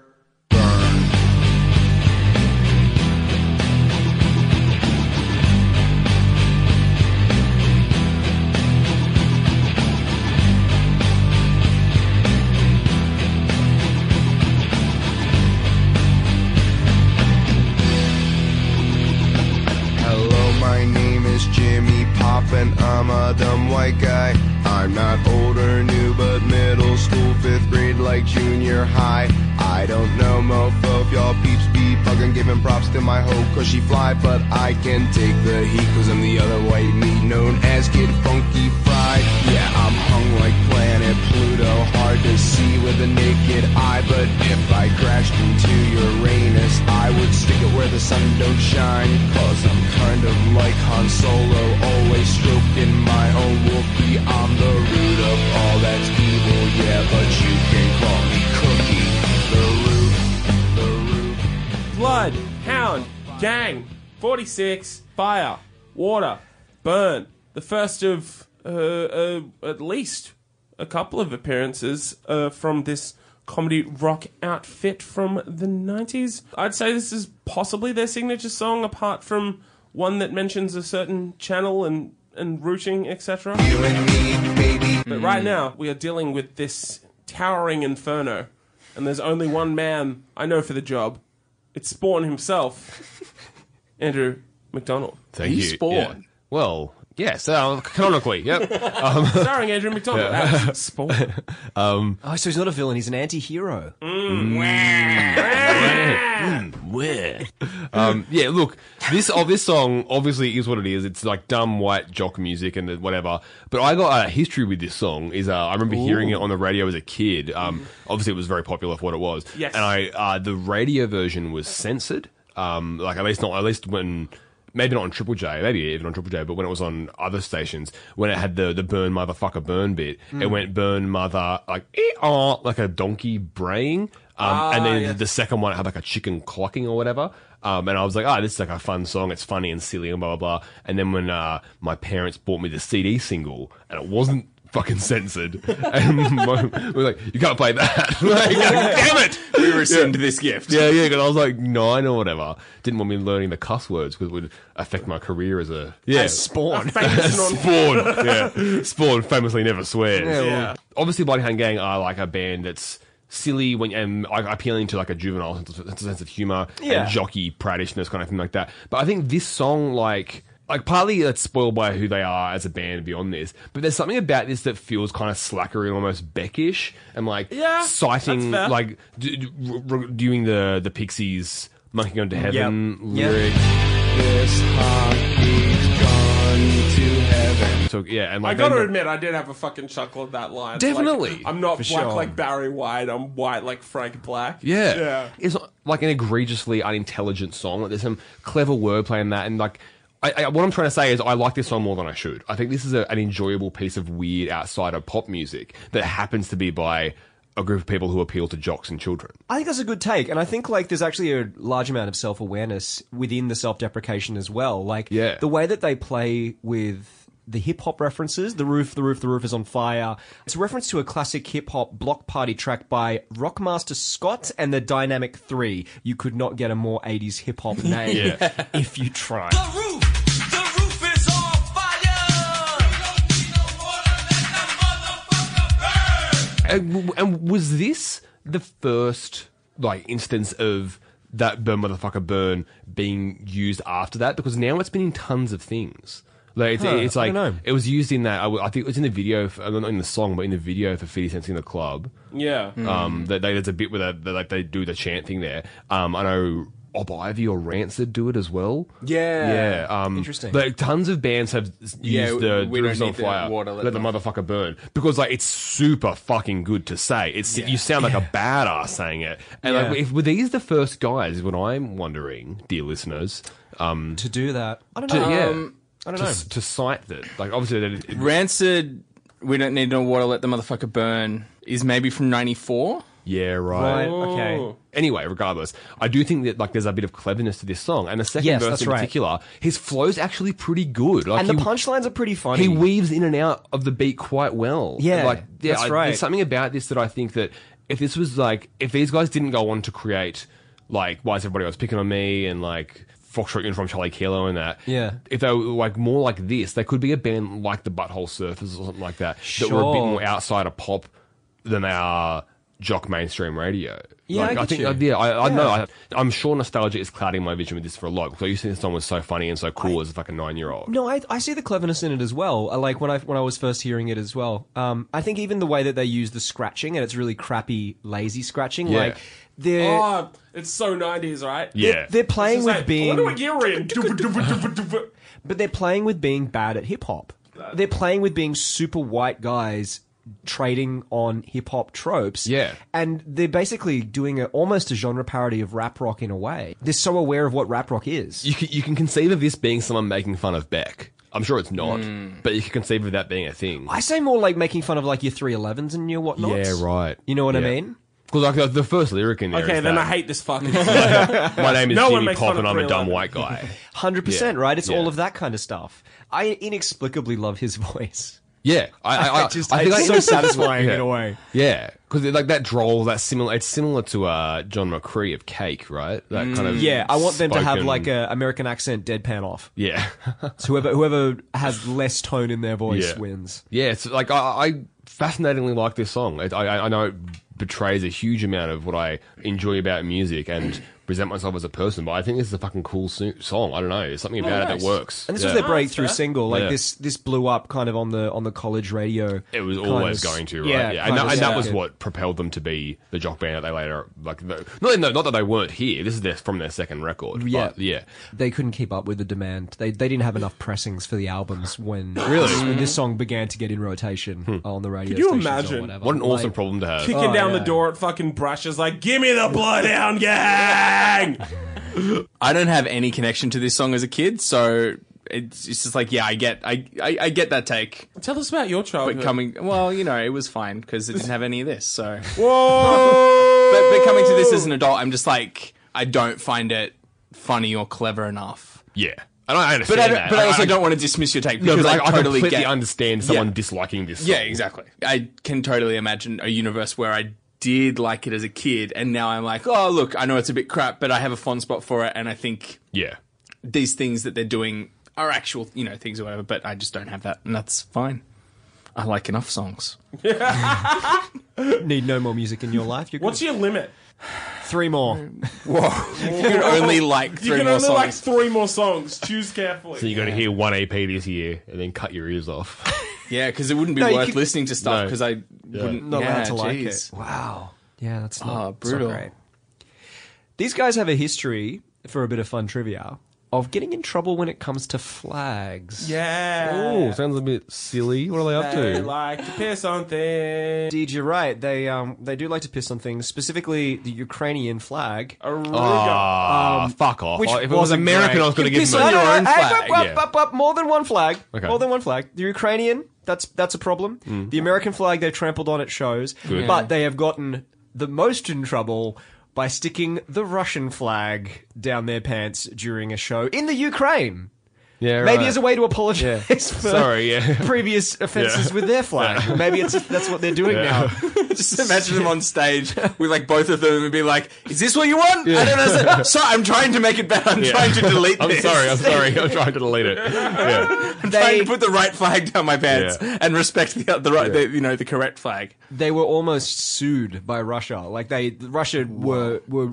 G: Hello, my name is Jimmy Pop, and I'm a dumb white guy. I'm not old or new, but middle school, fifth grade, like junior high. I don't know, mofo, if y'all peeps be buggin', giving props to my hoe, cause she fly, but I can take the heat, cause I'm the other white meat known as Kid Funky Fry. Yeah, I'm hung like planet Pluto, hard to see with the naked eye, but if I crashed into Uranus, I would stick it where the sun don't shine, cause I'm kind of like Han Solo, always stroking my own wolfie. I'm the root of all that's evil, yeah, but you can call me Cookie. The roof, the roof.
A: Blood, Hound, Gang, 46, Fire, Water, Burn. The first of uh, uh, at least a couple of appearances uh, from this comedy rock outfit from the 90s. I'd say this is possibly their signature song, apart from one that mentions a certain channel and, and routing, etc.
G: You and me, baby.
A: But
D: Mm.
A: right now, we are dealing with this towering inferno, and there's only one man I know for the job. It's Spawn
D: *laughs*
A: himself, Andrew McDonald.
D: Thank
C: You
D: you.
C: spawn.
D: Yeah. Well, yes, uh, canonically. Yep.
A: Starring Andrew McDonald as
D: *laughs*
A: Spawn.
B: oh, so he's not a villain; he's an anti-hero.
D: Where? *laughs* um, yeah, look, this oh, this song obviously is what it is. It's like dumb white jock music and whatever. But I got a history with this song. Is uh, I remember hearing it on the radio as a kid. Um, obviously, it was very popular for what it was.
A: Yes.
D: And I uh, the radio version was censored. Um, like at least not at least when. Maybe not on Triple J, maybe even on Triple J, but when it was on other stations, when it had the, the burn motherfucker burn bit, it went burn mother like eh, oh, like a donkey braying, um, and then the second one had like a chicken clucking or whatever. Um, and I was like, oh, this is like a fun song. It's funny and silly and blah, blah, blah. And then when uh, my parents bought me the CD single and it wasn't fucking censored, *laughs* and my, we were like, you can't play that. *laughs* like, damn it.
C: we rescind this
D: *laughs*
C: gift.
D: Yeah, yeah, because I was like nine or whatever. Didn't want me learning the cuss words because it would affect my career as a. Yeah. *laughs*
B: Spawn.
A: Famous non-
D: Spawn, yeah. Spawn famously never swears.
B: Yeah, well-
D: Obviously, Bloodhound Gang are like a band that's silly when and like, appealing to like a juvenile sense of, sense of humor
B: Yeah.
D: and jockey pratishness kind of thing like that. But I think this song like. Like partly that's spoiled by who they are as a band beyond this, but there's something about this that feels kind of slackery and almost beckish, and like
A: Yeah,
D: citing
A: that's fair.
D: like d- d- r- r- doing the the Pixies "Monkey Going to Heaven"
B: Yep.
D: lyric.
G: This hockey's gone to heaven.
D: So yeah, and
A: I
D: like
A: gotta
D: they-
A: admit, I did have a fucking chuckle at that line.
D: Definitely,
A: Like, I'm not
D: for
A: black
D: sure.
A: like Barry White. I'm white like Frank Black.
D: Yeah.
A: yeah.
D: It's not like an egregiously unintelligent song. Like there's some clever wordplay in that and like I, I, what I'm trying to say is I like this song more than I should. I think this is a, an enjoyable piece of weird outside of pop music that happens to be by a group of people who appeal to jocks and children.
B: I think that's a good take, and I think like there's actually a large amount of self awareness within the self deprecation as well. Like
D: Yeah.
B: the way that they play with the hip hop references, the roof, the roof, the roof is on fire. It's a reference to a classic hip hop block party track by Rockmaster Scott and the Dynamic Three. You could not get a more '80s hip hop name
D: Yeah.
B: if you tried.
E: The roof, the roof is on fire. We don't need no water, let that motherfucker burn.
D: And, Uh, w- and was this the first like instance of that burn motherfucker burn being used after that? Because now it's been in tons of things. Like it's, it's
B: I
D: like
B: don't know.
D: it was used in that. I, w- I think it was in the video, for, not in the song, but in the video for Fifty Cent in the club.
A: Yeah.
D: Um, that they, there's a bit where they, they, like they do the chant thing there. Um, I know Ob Ivy or Rancid do it as well.
C: Yeah.
D: yeah. Um,
B: Interesting.
D: Like tons of bands have s- used
C: Yeah,
D: the
C: we
D: the
C: don't
D: roof's on
C: need the
D: fire.
C: water,
D: let, the motherfucker burn because like it's super fucking good to say. It's you sound like a badass saying it. And like,
B: Yeah.
D: if were these the first guys? Is what I'm wondering, dear listeners. Um,
B: To do that, I don't
D: to,
B: know.
D: yeah.
B: I don't
D: to,
B: know.
D: s- to cite that, like obviously, they did-
C: Rancid, we don't need no water, let the motherfucker burn, is maybe from 94.
D: yeah,
B: Right.
D: right.
B: Okay.
D: Anyway, regardless, I do think that like there's a bit of cleverness to this song, and the second
B: Yes,
D: verse
B: that's
D: in
B: right.
D: particular, his flow's actually pretty good. Like
B: And the
D: he-
B: punchlines are pretty funny.
D: he weaves in and out of the beat quite well.
B: Yeah,
D: like yeah,
B: that's
D: I-
B: right.
D: There's something about this that I think that if this was like if these guys didn't go on to create like why is everybody else picking on me and like Foxtrot Uniform Charlie Kilo and that.
B: Yeah.
D: If they were like more like this, they could be a band like the Butthole Surfers or something like that that were a bit
B: Sure.
D: more outside of pop than they are jock mainstream radio.
B: Yeah,
D: like,
B: I
D: I,
B: get
D: think
B: you.
D: uh, yeah, I, I know. I, I'm sure nostalgia is clouding my vision with this for a lot because I used to think this song was so funny and so cool as a fucking nine year old.
B: No, I, I see the cleverness in it as well. I Like when I when I was first hearing it as well. Um, I think even the way that they use the scratching and it's really crappy, lazy scratching.
D: Yeah.
B: Like they're
A: Oh, it's so 90s, right?
D: Yeah.
B: they're playing
A: It's
B: with
A: like,
B: being,
A: What do you're
B: *laughs*
A: in? Dupa, dupa, dupa, dupa.
B: but they're playing with being bad at hip hop. They're playing with being super white guys trading on hip hop tropes.
D: Yeah.
B: and they're basically doing a, almost a genre parody of rap rock in a way. They're so aware of what rap rock is.
D: you can, you can conceive of this being someone making fun of Beck. I'm sure it's not, but you can conceive of that being a thing.
B: Hmm. I say more like making fun of like your three elevens and your whatnot.
D: Yeah, right.
B: You know what I mean?
D: Because like the, the first lyric in there.
A: Okay,
D: is
A: then I
D: that,
A: hate this
D: *laughs*
A: fucking shit.
D: My name is
A: No one
D: Jimmy
A: makes
D: Pop,
A: fun
D: and
A: of
D: I'm a dumb
A: 311.
B: *laughs*
D: white guy.
B: Hundred percent,
D: Yeah.
B: right? It's
D: Yeah.
B: all of that kind of stuff. I inexplicably love
D: *laughs*
B: his voice.
D: Yeah, I, I, I,
B: just-
D: I think
B: it's
D: I-
B: so satisfying
D: yeah.
B: in a way.
D: Yeah, because like that droll, that similar. It's similar to uh, John McCree of Cake, right? That kind of
B: Mm. Yeah, I want them to have
D: spoken-
B: like a American accent deadpan off.
D: yeah. *laughs*
B: So whoever whoever has less tone in their voice
D: Yeah.
B: wins.
D: Yeah, it's like I, I fascinatingly like this song. It, I, I- I know it betrays a huge amount of what I enjoy about music and present myself as a person, but I think this is a fucking cool so- song. I don't know, there's something about it that works.
B: And this
D: Yeah.
B: was their breakthrough
A: fair.
B: single. Like
D: Yeah.
B: this this blew up kind of on the on the college radio.
D: It was
B: kind
D: always
B: of-
D: going to, right?
B: Yeah,
D: Yeah,
B: kind
D: And, that,
B: of
D: and that was
B: circuit.
D: what propelled them to be the jock band that they later like. The, no, no, not that they weren't here. This is their, from their second record.
B: Yeah.
D: but yeah.
B: they couldn't keep up with the demand. They they didn't have enough pressings for the albums when really when this song began to get in rotation on the radio.
A: Could you
B: stations or
A: imagine?
B: whatever.
D: Hmm. What an awesome
B: Oh, Like,
D: problem to have.
A: Kicking down
B: yeah.
A: the door at fucking Brush is like, give me the Bloodhound Gang!
C: I don't have any connection to this song as a kid, so it's, it's just like, yeah, I get, I, I, I get that take.
A: *laughs* Tell us about your childhood.
C: But coming, well, you know, it was fine because it didn't have any of this. So,
A: Whoa!
C: but, but coming to this as an adult, I'm just like, I don't find it funny or clever enough.
D: Yeah, and I
C: But
D: understand
C: I, don't-
D: that.
C: but I also don't want to dismiss your take
D: No,
C: because
D: but
C: I,
D: I, I
C: totally
D: completely
C: get.
D: understand someone
C: Yeah.
D: disliking this.
C: yeah,
D: song.
C: exactly. I can totally imagine a universe where I did like it as a kid, and now I'm like, oh, look, I know it's a bit crap, but I have a fond spot for it, and I think
D: Yeah.
C: these things that they're doing are actual, you know, things or whatever, but I just don't have that, and that's fine. I like enough songs.
B: Need no more music in your life. You're good.
A: What's your limit?
B: three more?
C: You can only like
A: You
C: three
A: can
C: more
A: only
C: songs.
A: like three more songs. Choose carefully.
D: So you got to hear one AP this year and then cut your ears off.
C: yeah, because it wouldn't be
B: No, you
C: worth
B: could-
C: listening to stuff
D: No.
C: because I wouldn't.
B: Not
C: yeah,
B: allowed to like
C: geez.
B: it. Wow. Yeah, that's not,
C: Ah,
B: that's
C: brutal.
B: not great. These guys have a history for a bit of fun trivia of getting in trouble when it comes to flags.
A: Yeah.
D: Oh, sounds a bit silly. What are they up
A: They
D: to?
A: like to piss on
C: *laughs*
A: things.
B: Indeed, you're right. They um they do like to piss on things, specifically the Ukrainian flag.
A: Aruga.
D: Ah, fuck off.
B: which
D: I- if it was
B: wasn't
D: American,
B: great.
D: I was going to give
C: piss
D: them
C: on
D: a-
C: your own
B: hey,
C: flag,
B: but- but-
D: yeah.
B: but- but more than one flag.
D: Okay. Hmm.
B: More than one flag. The Ukrainian, that's that's a problem. The American flag they've trampled on at shows,
D: Good.
B: but they have gotten the most in trouble by sticking the Russian flag down their pants during a show in the Ukraine.
D: Yeah,
B: Maybe
D: right. *laughs*
B: as a way to apologize *laughs* for
D: Sorry, yeah.
B: previous offenses
D: Yeah.
B: with their flag. Maybe it's that's what they're doing
D: Yeah.
B: now.
C: Just imagine them on stage with like both of them and be like, "Is this what you want?" I don't know. So I'm trying to make it better.
D: *laughs*
C: I'm
D: Yeah.
C: trying to delete
D: *laughs* I'm
C: this.
D: sorry. I'm sorry. I'm trying to delete it. Yeah.
C: I'm trying
B: They-
C: to put the right flag down my pants
D: Yeah.
C: and respect the the right, the, you know, the correct flag.
B: they were almost sued by Russia. Like they Russia were were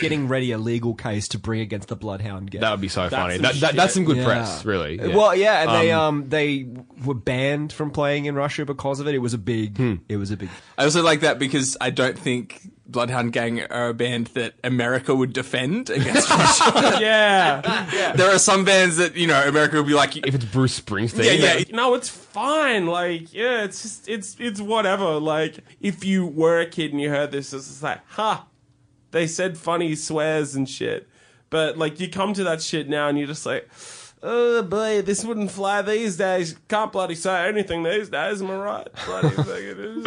B: getting ready a legal case to bring against the Bloodhound gang.
D: That would be so funny.
A: some
D: That, that,
A: shit.
D: that's some good
B: Yeah. Uh,
D: press, really.
B: Well, yeah, and they um they were banned from playing in Russia because of it. It was a big it was a big
C: I also like that because I don't think Bloodhound Gang are a band that America would defend against *laughs* Russia.
A: Yeah.
C: There are some bands that you know America would be like,
D: If it's Bruce Springsteen,
C: Yeah, yeah.
A: No, it's fine. Like, yeah, it's just, it's, it's whatever. Like, if you were a kid and you heard this, it's just like, ha, they said funny swears and shit. But, like, you come to that shit now and you're just like, oh, boy, this wouldn't fly these days. Can't bloody say anything these days, am I right?
D: *laughs*
A: Bloody fucking.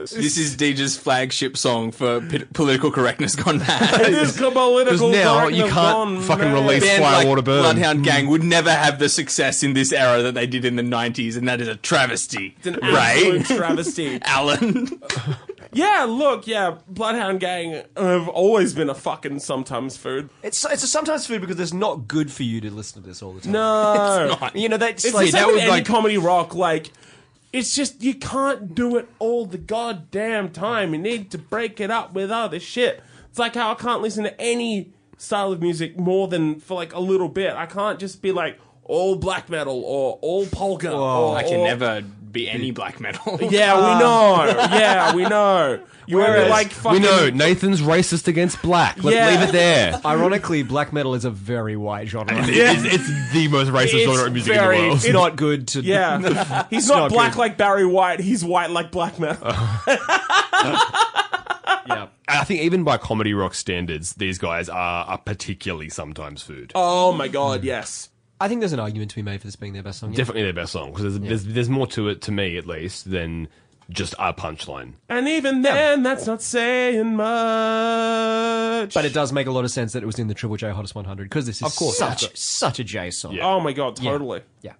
C: "This is Deej's flagship song for p- political correctness gone mad." *laughs*
A: This political
D: now
A: darkness
D: you can't
A: gone
D: fucking
A: mad.
D: release
C: band
D: Fly,
C: like
D: Water, Burn.
C: Bloodhound Gang would never have the success in this era that they did in the 90s, and that is a travesty.
A: It's an absolute
D: *laughs*
C: right?
A: travesty.
C: *laughs* Alan.
A: Yeah, look, yeah, Bloodhound Gang have always been a fucking sometimes food.
B: It's it's a sometimes food because it's not good for you to listen to this all the time.
A: No,
B: You know that's
A: it's
B: like
A: the same
B: that
A: with
B: was
A: any
B: like
A: comedy rock. Like, it's just you can't do it all the goddamn time. You need to break it up with other shit. It's like how I can't listen to any style of music more than for like a little bit. I can't just be like all black metal or all polka. or,
C: I can
A: or-
C: never be any black metal.
A: Oh.
C: *laughs*
A: Yeah, we know. Yeah, we know. You ever
B: Whereas-
A: like
D: we
A: fucking?
D: know Nathan's racist against black. Let,
A: Yeah.
D: Leave it there.
B: ironically black metal is a very wide genre.
D: It's, it's the most racist
A: It's
D: genre of music
A: very-
D: in the world.
B: It's not good to *laughs*
A: Yeah. He's not,
B: not
A: black
B: good.
A: like Barry White, he's white like black metal.
D: I think even by comedy rock standards, these guys are, are particularly sometimes food.
A: oh my god, yes.
B: I think there's an argument to be made for this being their best song. yeah.
D: Definitely their best song because there's, there's there's more to it to me at least than just a punchline.
A: And even then, that's not saying much.
B: But it does make a lot of sense that it was in the Triple J Hottest 100 because this is of course, such such a J song.
D: Yeah.
A: oh my god, totally.
B: Yeah.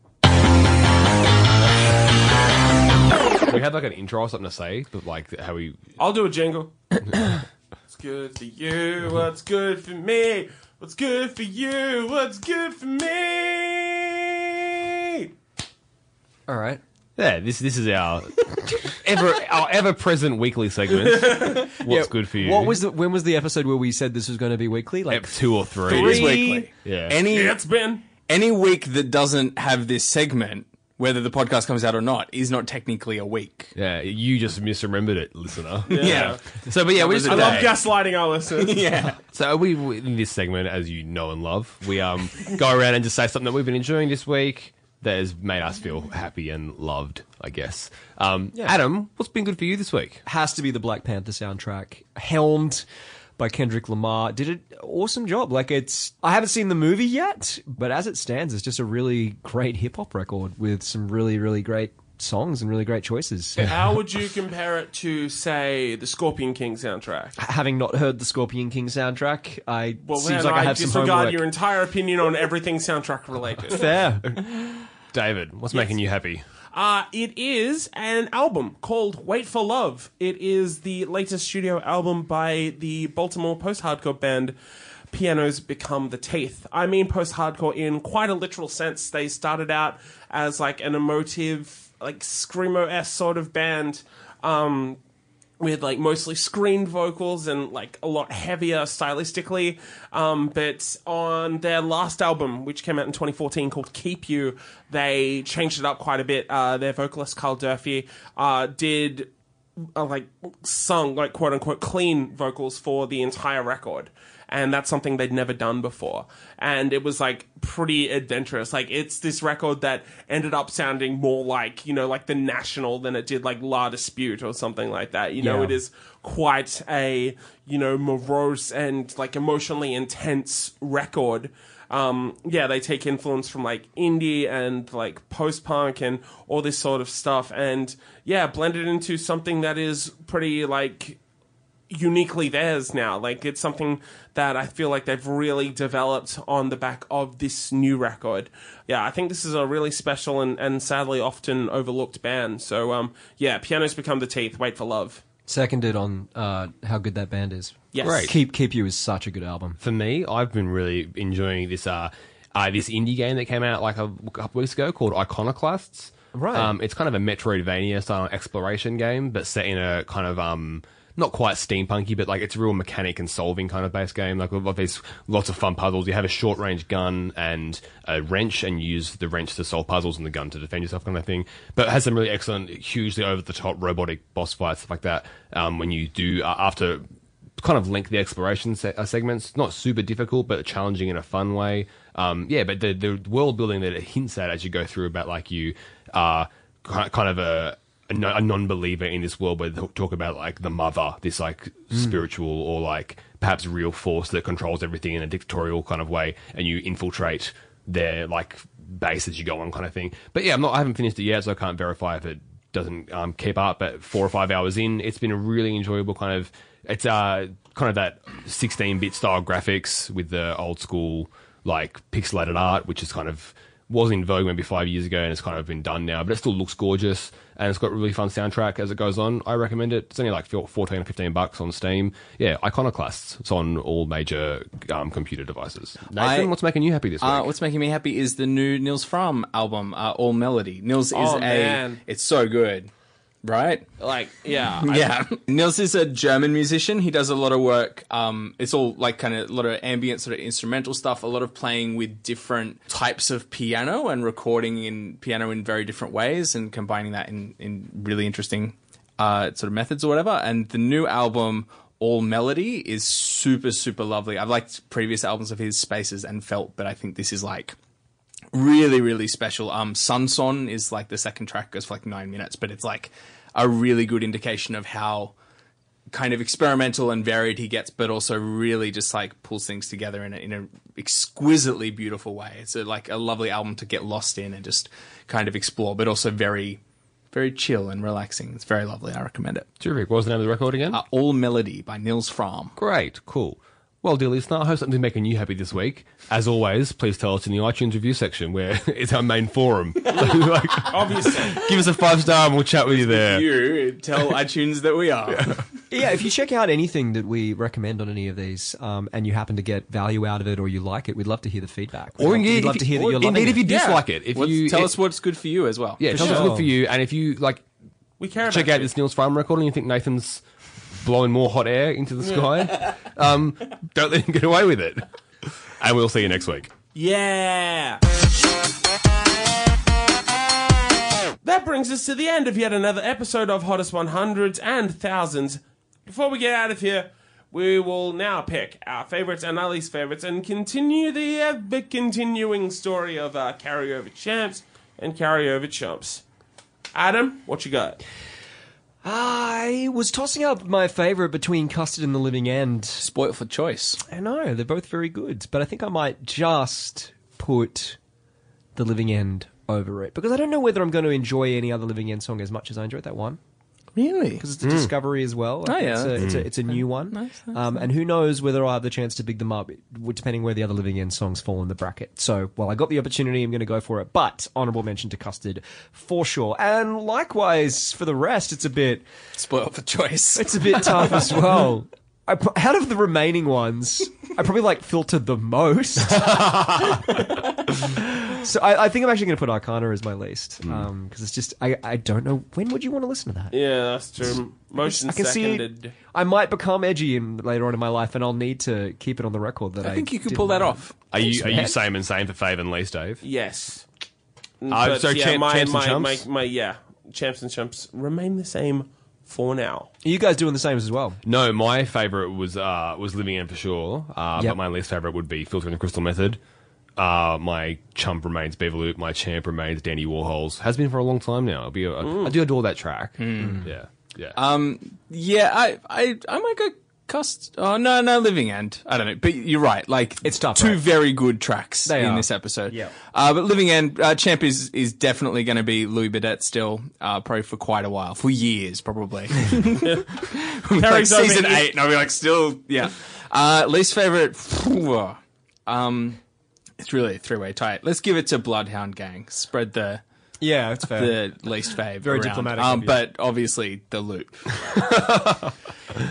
D: we had like an intro or something to say, but like how we
A: I'll do a
B: *coughs*
A: jingle. What's good for you? What's good for me? What's good for you? What's good for me?
B: All right.
D: yeah this this is our ever our ever present weekly segment. *laughs* What's good for you?
B: What was the, when was the episode where we said this was going to be weekly? Like
D: Ep two or three?
C: It is
B: Three.
C: weekly.
D: Yeah.
C: Any,
A: It's been.
C: any week that doesn't have this segment, whether the podcast comes out or not, is not technically a week.
D: Yeah, you just misremembered it, listener.
C: Yeah.
D: So, but yeah, we
C: was
D: just
C: a
A: I love
C: Day.
A: gaslighting our
B: *laughs*
A: listeners.
D: So we, we in this segment, as you know and love, we um go around and just say something that we've been enjoying this week that has made us feel happy and loved. I guess. Um, Adam, what's been good for you this week?
B: has to be the Black Panther soundtrack, helmed by Kendrick Lamar. Did an awesome job. Like it's I haven't seen the movie yet, but as it stands, it's just a really great hip hop record with some really really great songs and really great choices.
A: How would you compare it to, say, the Scorpion King soundtrack?
B: Having not heard the Scorpion King soundtrack, I
A: Well, then
B: seems like I,
A: I,
B: have some
A: disregard
B: homework.
A: your entire opinion on everything soundtrack related.
B: Fair.
A: *laughs*
D: David, what's making you happy?
A: uh, it is an album called Wait for Love. It is the latest studio album by the Baltimore post hardcore band Pianos Become the Teeth. I mean post hardcore in quite a literal sense. They started out as like an emotive like screamo s sort of band. Um, with like mostly screen vocals and like a lot heavier stylistically. Um, but on their last album, which came out in 2014 called Keep You, they changed it up quite a bit. Uh, their vocalist, Carl Durfee, uh, did uh, like sung like quote unquote clean vocals for the entire record and that's something they'd never done before and it was like pretty adventurous like it's this record that ended up sounding more like you know like the national than it did like la dispute or something like that you know
B: Yeah.
A: it is quite a you know morose and like emotionally intense record um yeah they take influence from like indie and like post punk and all this sort of stuff and yeah blend it into something that is pretty like uniquely theirs now like it's something that i feel like they've really developed on the back of this new record yeah i think this is a really special and, and sadly often overlooked band so um yeah pianos become the teeth wait for love
B: Seconded on uh, how good that band is.
A: Yes. Great.
B: Keep Keep You is such a good album.
D: for me, I've been really enjoying this uh, uh this indie game that came out like a couple weeks ago called Iconoclasts.
B: Right.
D: Um, it's kind of a Metroidvania style exploration game, but set in a kind of um not quite steampunky, but like it's a real mechanic and solving kind of based game. Like with these lots of fun puzzles. You have a short range gun and a wrench, and you use the wrench to solve puzzles and the gun to defend yourself, kind of thing. But it has some really excellent, hugely over the top robotic boss fights, stuff like that. Um, when you do uh, after kind of lengthy exploration se- uh, segments. Not super difficult, but challenging in a fun way. Um, yeah, but the the world building that it hints at as you go through about like you are ki- kind of a a no- a non-believer in this world where they talk about like the mother this like spiritual or like perhaps real force that controls everything in a dictatorial kind of way and you infiltrate their like base as you go on kind of thing but yeah i'm not i haven't finished it yet so i can't verify if it doesn't um, keep up but four or five hours in it's been a really enjoyable kind of it's uh kind of that 16-bit style graphics with the old school like pixelated art which is kind of was in vogue maybe five years ago and it's kind of been done now but it still looks gorgeous and it's got a really fun soundtrack as it goes on i recommend it it's only like 14 or 15 bucks on steam yeah iconoclasts it's on all major um, computer devices nathan
C: I-
D: what's making you happy this week
C: Uh, what's making me happy is the new Nils Fram album, uh, All Melody. Nils is
A: Oh,
C: a.
A: man.
C: It's so good, right?
A: like *laughs* yeah
C: *laughs* yeah. Nils is a German musician. He does a lot of work. Um, it's all like kind of a lot of ambient sort of instrumental stuff, a lot of playing with different types of piano and recording in piano in very different ways and combining that in, in really interesting uh, sort of methods or whatever. And the new album, All Melody, is super, super lovely. I've liked previous albums of his, Spaces and Felt, but I think this is like really really special um sunson is like the second track goes for like nine minutes but it's like a really good indication of how kind of experimental and varied he gets but also really just like pulls things together in a, in a exquisitely beautiful way it's a, like a lovely album to get lost in and just kind of explore but also very very chill and relaxing it's very lovely i recommend it
D: terrific what was the name of the record again
C: uh, all melody by nils fram
D: Great, cool. Well, dear listener, I hope something's making you happy this week. As always, please tell us in the iTunes review section where *laughs* it's our main forum. *laughs* So, like,
A: obviously
D: give us a five star and we'll chat with you there.
C: you tell *laughs* itunes that we are
B: Yeah, if you check out anything that we recommend on any of these, um, and you happen to get value out of it or you like it, we'd love to hear the feedback. We'd love,
D: indeed,
B: we'd love
D: if
B: to
D: you-
B: hear that
D: or
B: you're loving
D: indeed if you
B: it.
D: dislike it, if
C: What's-
D: you
C: tell
D: it-
C: us what's good for you as well
D: yeah,
C: For
D: tell us
B: sure.
D: what's good for you. And if you like,
A: we care about
D: check out
A: you.
D: this Neil's Farm record and you think Nathan's blowing more hot air into the sky, *laughs* um, don't let him get away with it. And we'll see you next week.
A: Yeah. That brings us to the end of yet another episode of Hottest 100s and Thousands. Before we get out of here, we will now pick our favorites and our least favorites and continue the ever continuing story of our carryover champs and carryover chumps. Adam, what you got?
B: I was tossing up my favorite between Custard and the Living End.
C: spoil for choice
B: I know, they're both very good, but I think I might just put the Living End over it because I don't know whether I'm going to enjoy any other Living End song as much as I enjoyed that one.
C: really
B: because it's a discovery as well.
C: Oh,
B: it's
C: yeah.
B: a, it's, a, it's a new one. um, and who knows whether I will have the chance to big them up, w- depending where the other Living End songs fall in the bracket. So, well, I got the opportunity, I'm going to go for it. But honourable mention to Custard for sure. And likewise for the rest, it's a bit
C: spoil for choice
B: it's a bit tough as well. I, put- out of the remaining ones, I probably like filter the most. *laughs* so I, I think I'm actually going to put Arcana as my least because it's just I, I don't know when would you want to listen to that.
A: Yeah, that's true. Motion
B: I can
A: seconded.
B: see I might become edgy in, later on in my life, and I'll need to keep it on the record that I,
C: I think you could
B: didn't
C: pull that
B: like
C: off.
D: Are you are you same and same for Fave and Least, Dave?
A: Yes.
D: Uh, so champ-
A: Mm, my,
D: champs and
A: my,
D: chumps?
A: My, my, yeah, champs and chumps remain the same for now.
B: it. Are you guys doing the same as well?
D: No, my favorite was uh, was Living In for sure, uh,
B: Yep.
D: but my least favorite would be Filtering the Crystal Method. Uh, my chump remains Beverloop. My champ remains Danny Warhols. Has been for a long time now. It'll be a,
A: Mm.
D: I do adore that track.
A: Hmm.
D: Yeah, yeah.
C: Um, yeah, I, I, I might go cust. Oh no, no, living end. I don't know, but you're right. Like
B: It's tough,
C: Two
B: right?
C: very good tracks
B: They
C: in
B: are.
C: this episode.
B: Yeah.
C: Uh, but living end uh, champ is is definitely going to be Louis Bidette still. Uh, probably for quite a while, for
B: *laughs*
C: years probably. like
A: Carries over
C: season
A: in-
C: eight, and I'll be like, still, yeah. Uh, least favorite. Um, it's really a three way tie. Let's give it to Bloodhound Gang. Spread the
B: Yeah, it's fair.
C: the least fave.
B: Very
C: around.
B: diplomatic
C: Um,
B: of you.
C: but obviously the loop.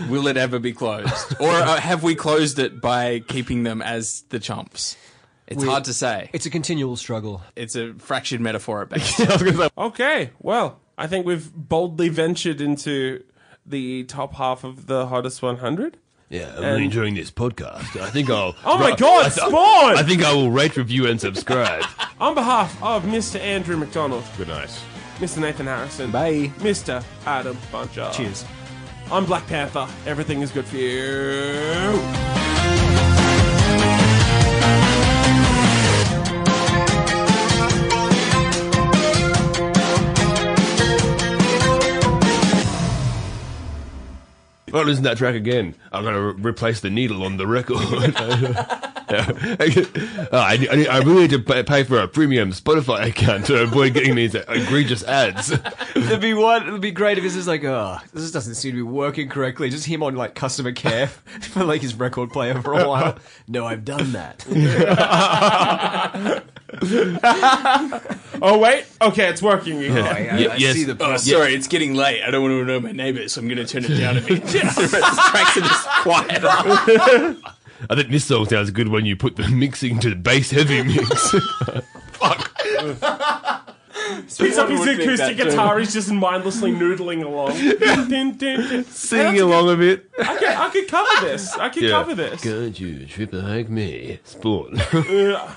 C: *laughs* Will it ever be closed, or uh, have we closed it by keeping them as the chumps? It's
B: We-
C: hard to say.
B: it's a continual struggle.
C: It's a fractured metaphor *laughs* at best.
A: Okay, well, I think we've boldly ventured into the top half of the hottest 100.
D: yeah, I'm
A: and-
D: enjoying this podcast. I think I'll.
A: *laughs* Oh my god, Spawn!
D: think I will rate, review, and subscribe.
A: On behalf of Mr. Andrew McDonald,
D: Good night.
A: Mr. Nathan Harrison,
C: Bye.
A: Mr. Adam Buncher.
B: Cheers.
A: I'm Black Panther. Everything is good for you.
D: Oh, listen to that track again. I'm going to re- replace the needle on the record. *laughs* Oh, I, I, I really need to pay, pay for a premium Spotify account to avoid getting these egregious *laughs* ads.
B: It'd be one. It'd be great if it's just like, oh, this doesn't seem to be working correctly. Just him on like customer care *laughs* for like his record player for a
C: *laughs*
B: while. no, I've done that.
A: Oh, wait. Okay, it's working *laughs* again.
B: I,
D: Ye- yes.
C: Oh, sorry, it's getting late. I don't want to annoy my neighbours, so I'm going to turn it down a *laughs* bit. The tracks are just quieter.
D: I think this song sounds good when you put the mixing to the bass heavy *laughs* mix.
A: Picks up his
C: Someone would think
A: acoustic
C: that too.
A: guitar. He's just mindlessly noodling
C: *laughs*
A: along. Dun, dun, dun.
D: Singing along a bit.
A: I, could, I could cover this. I could
D: Yeah.
A: cover this.
D: Could you trip like me? Spawn. *laughs*
A: Yeah.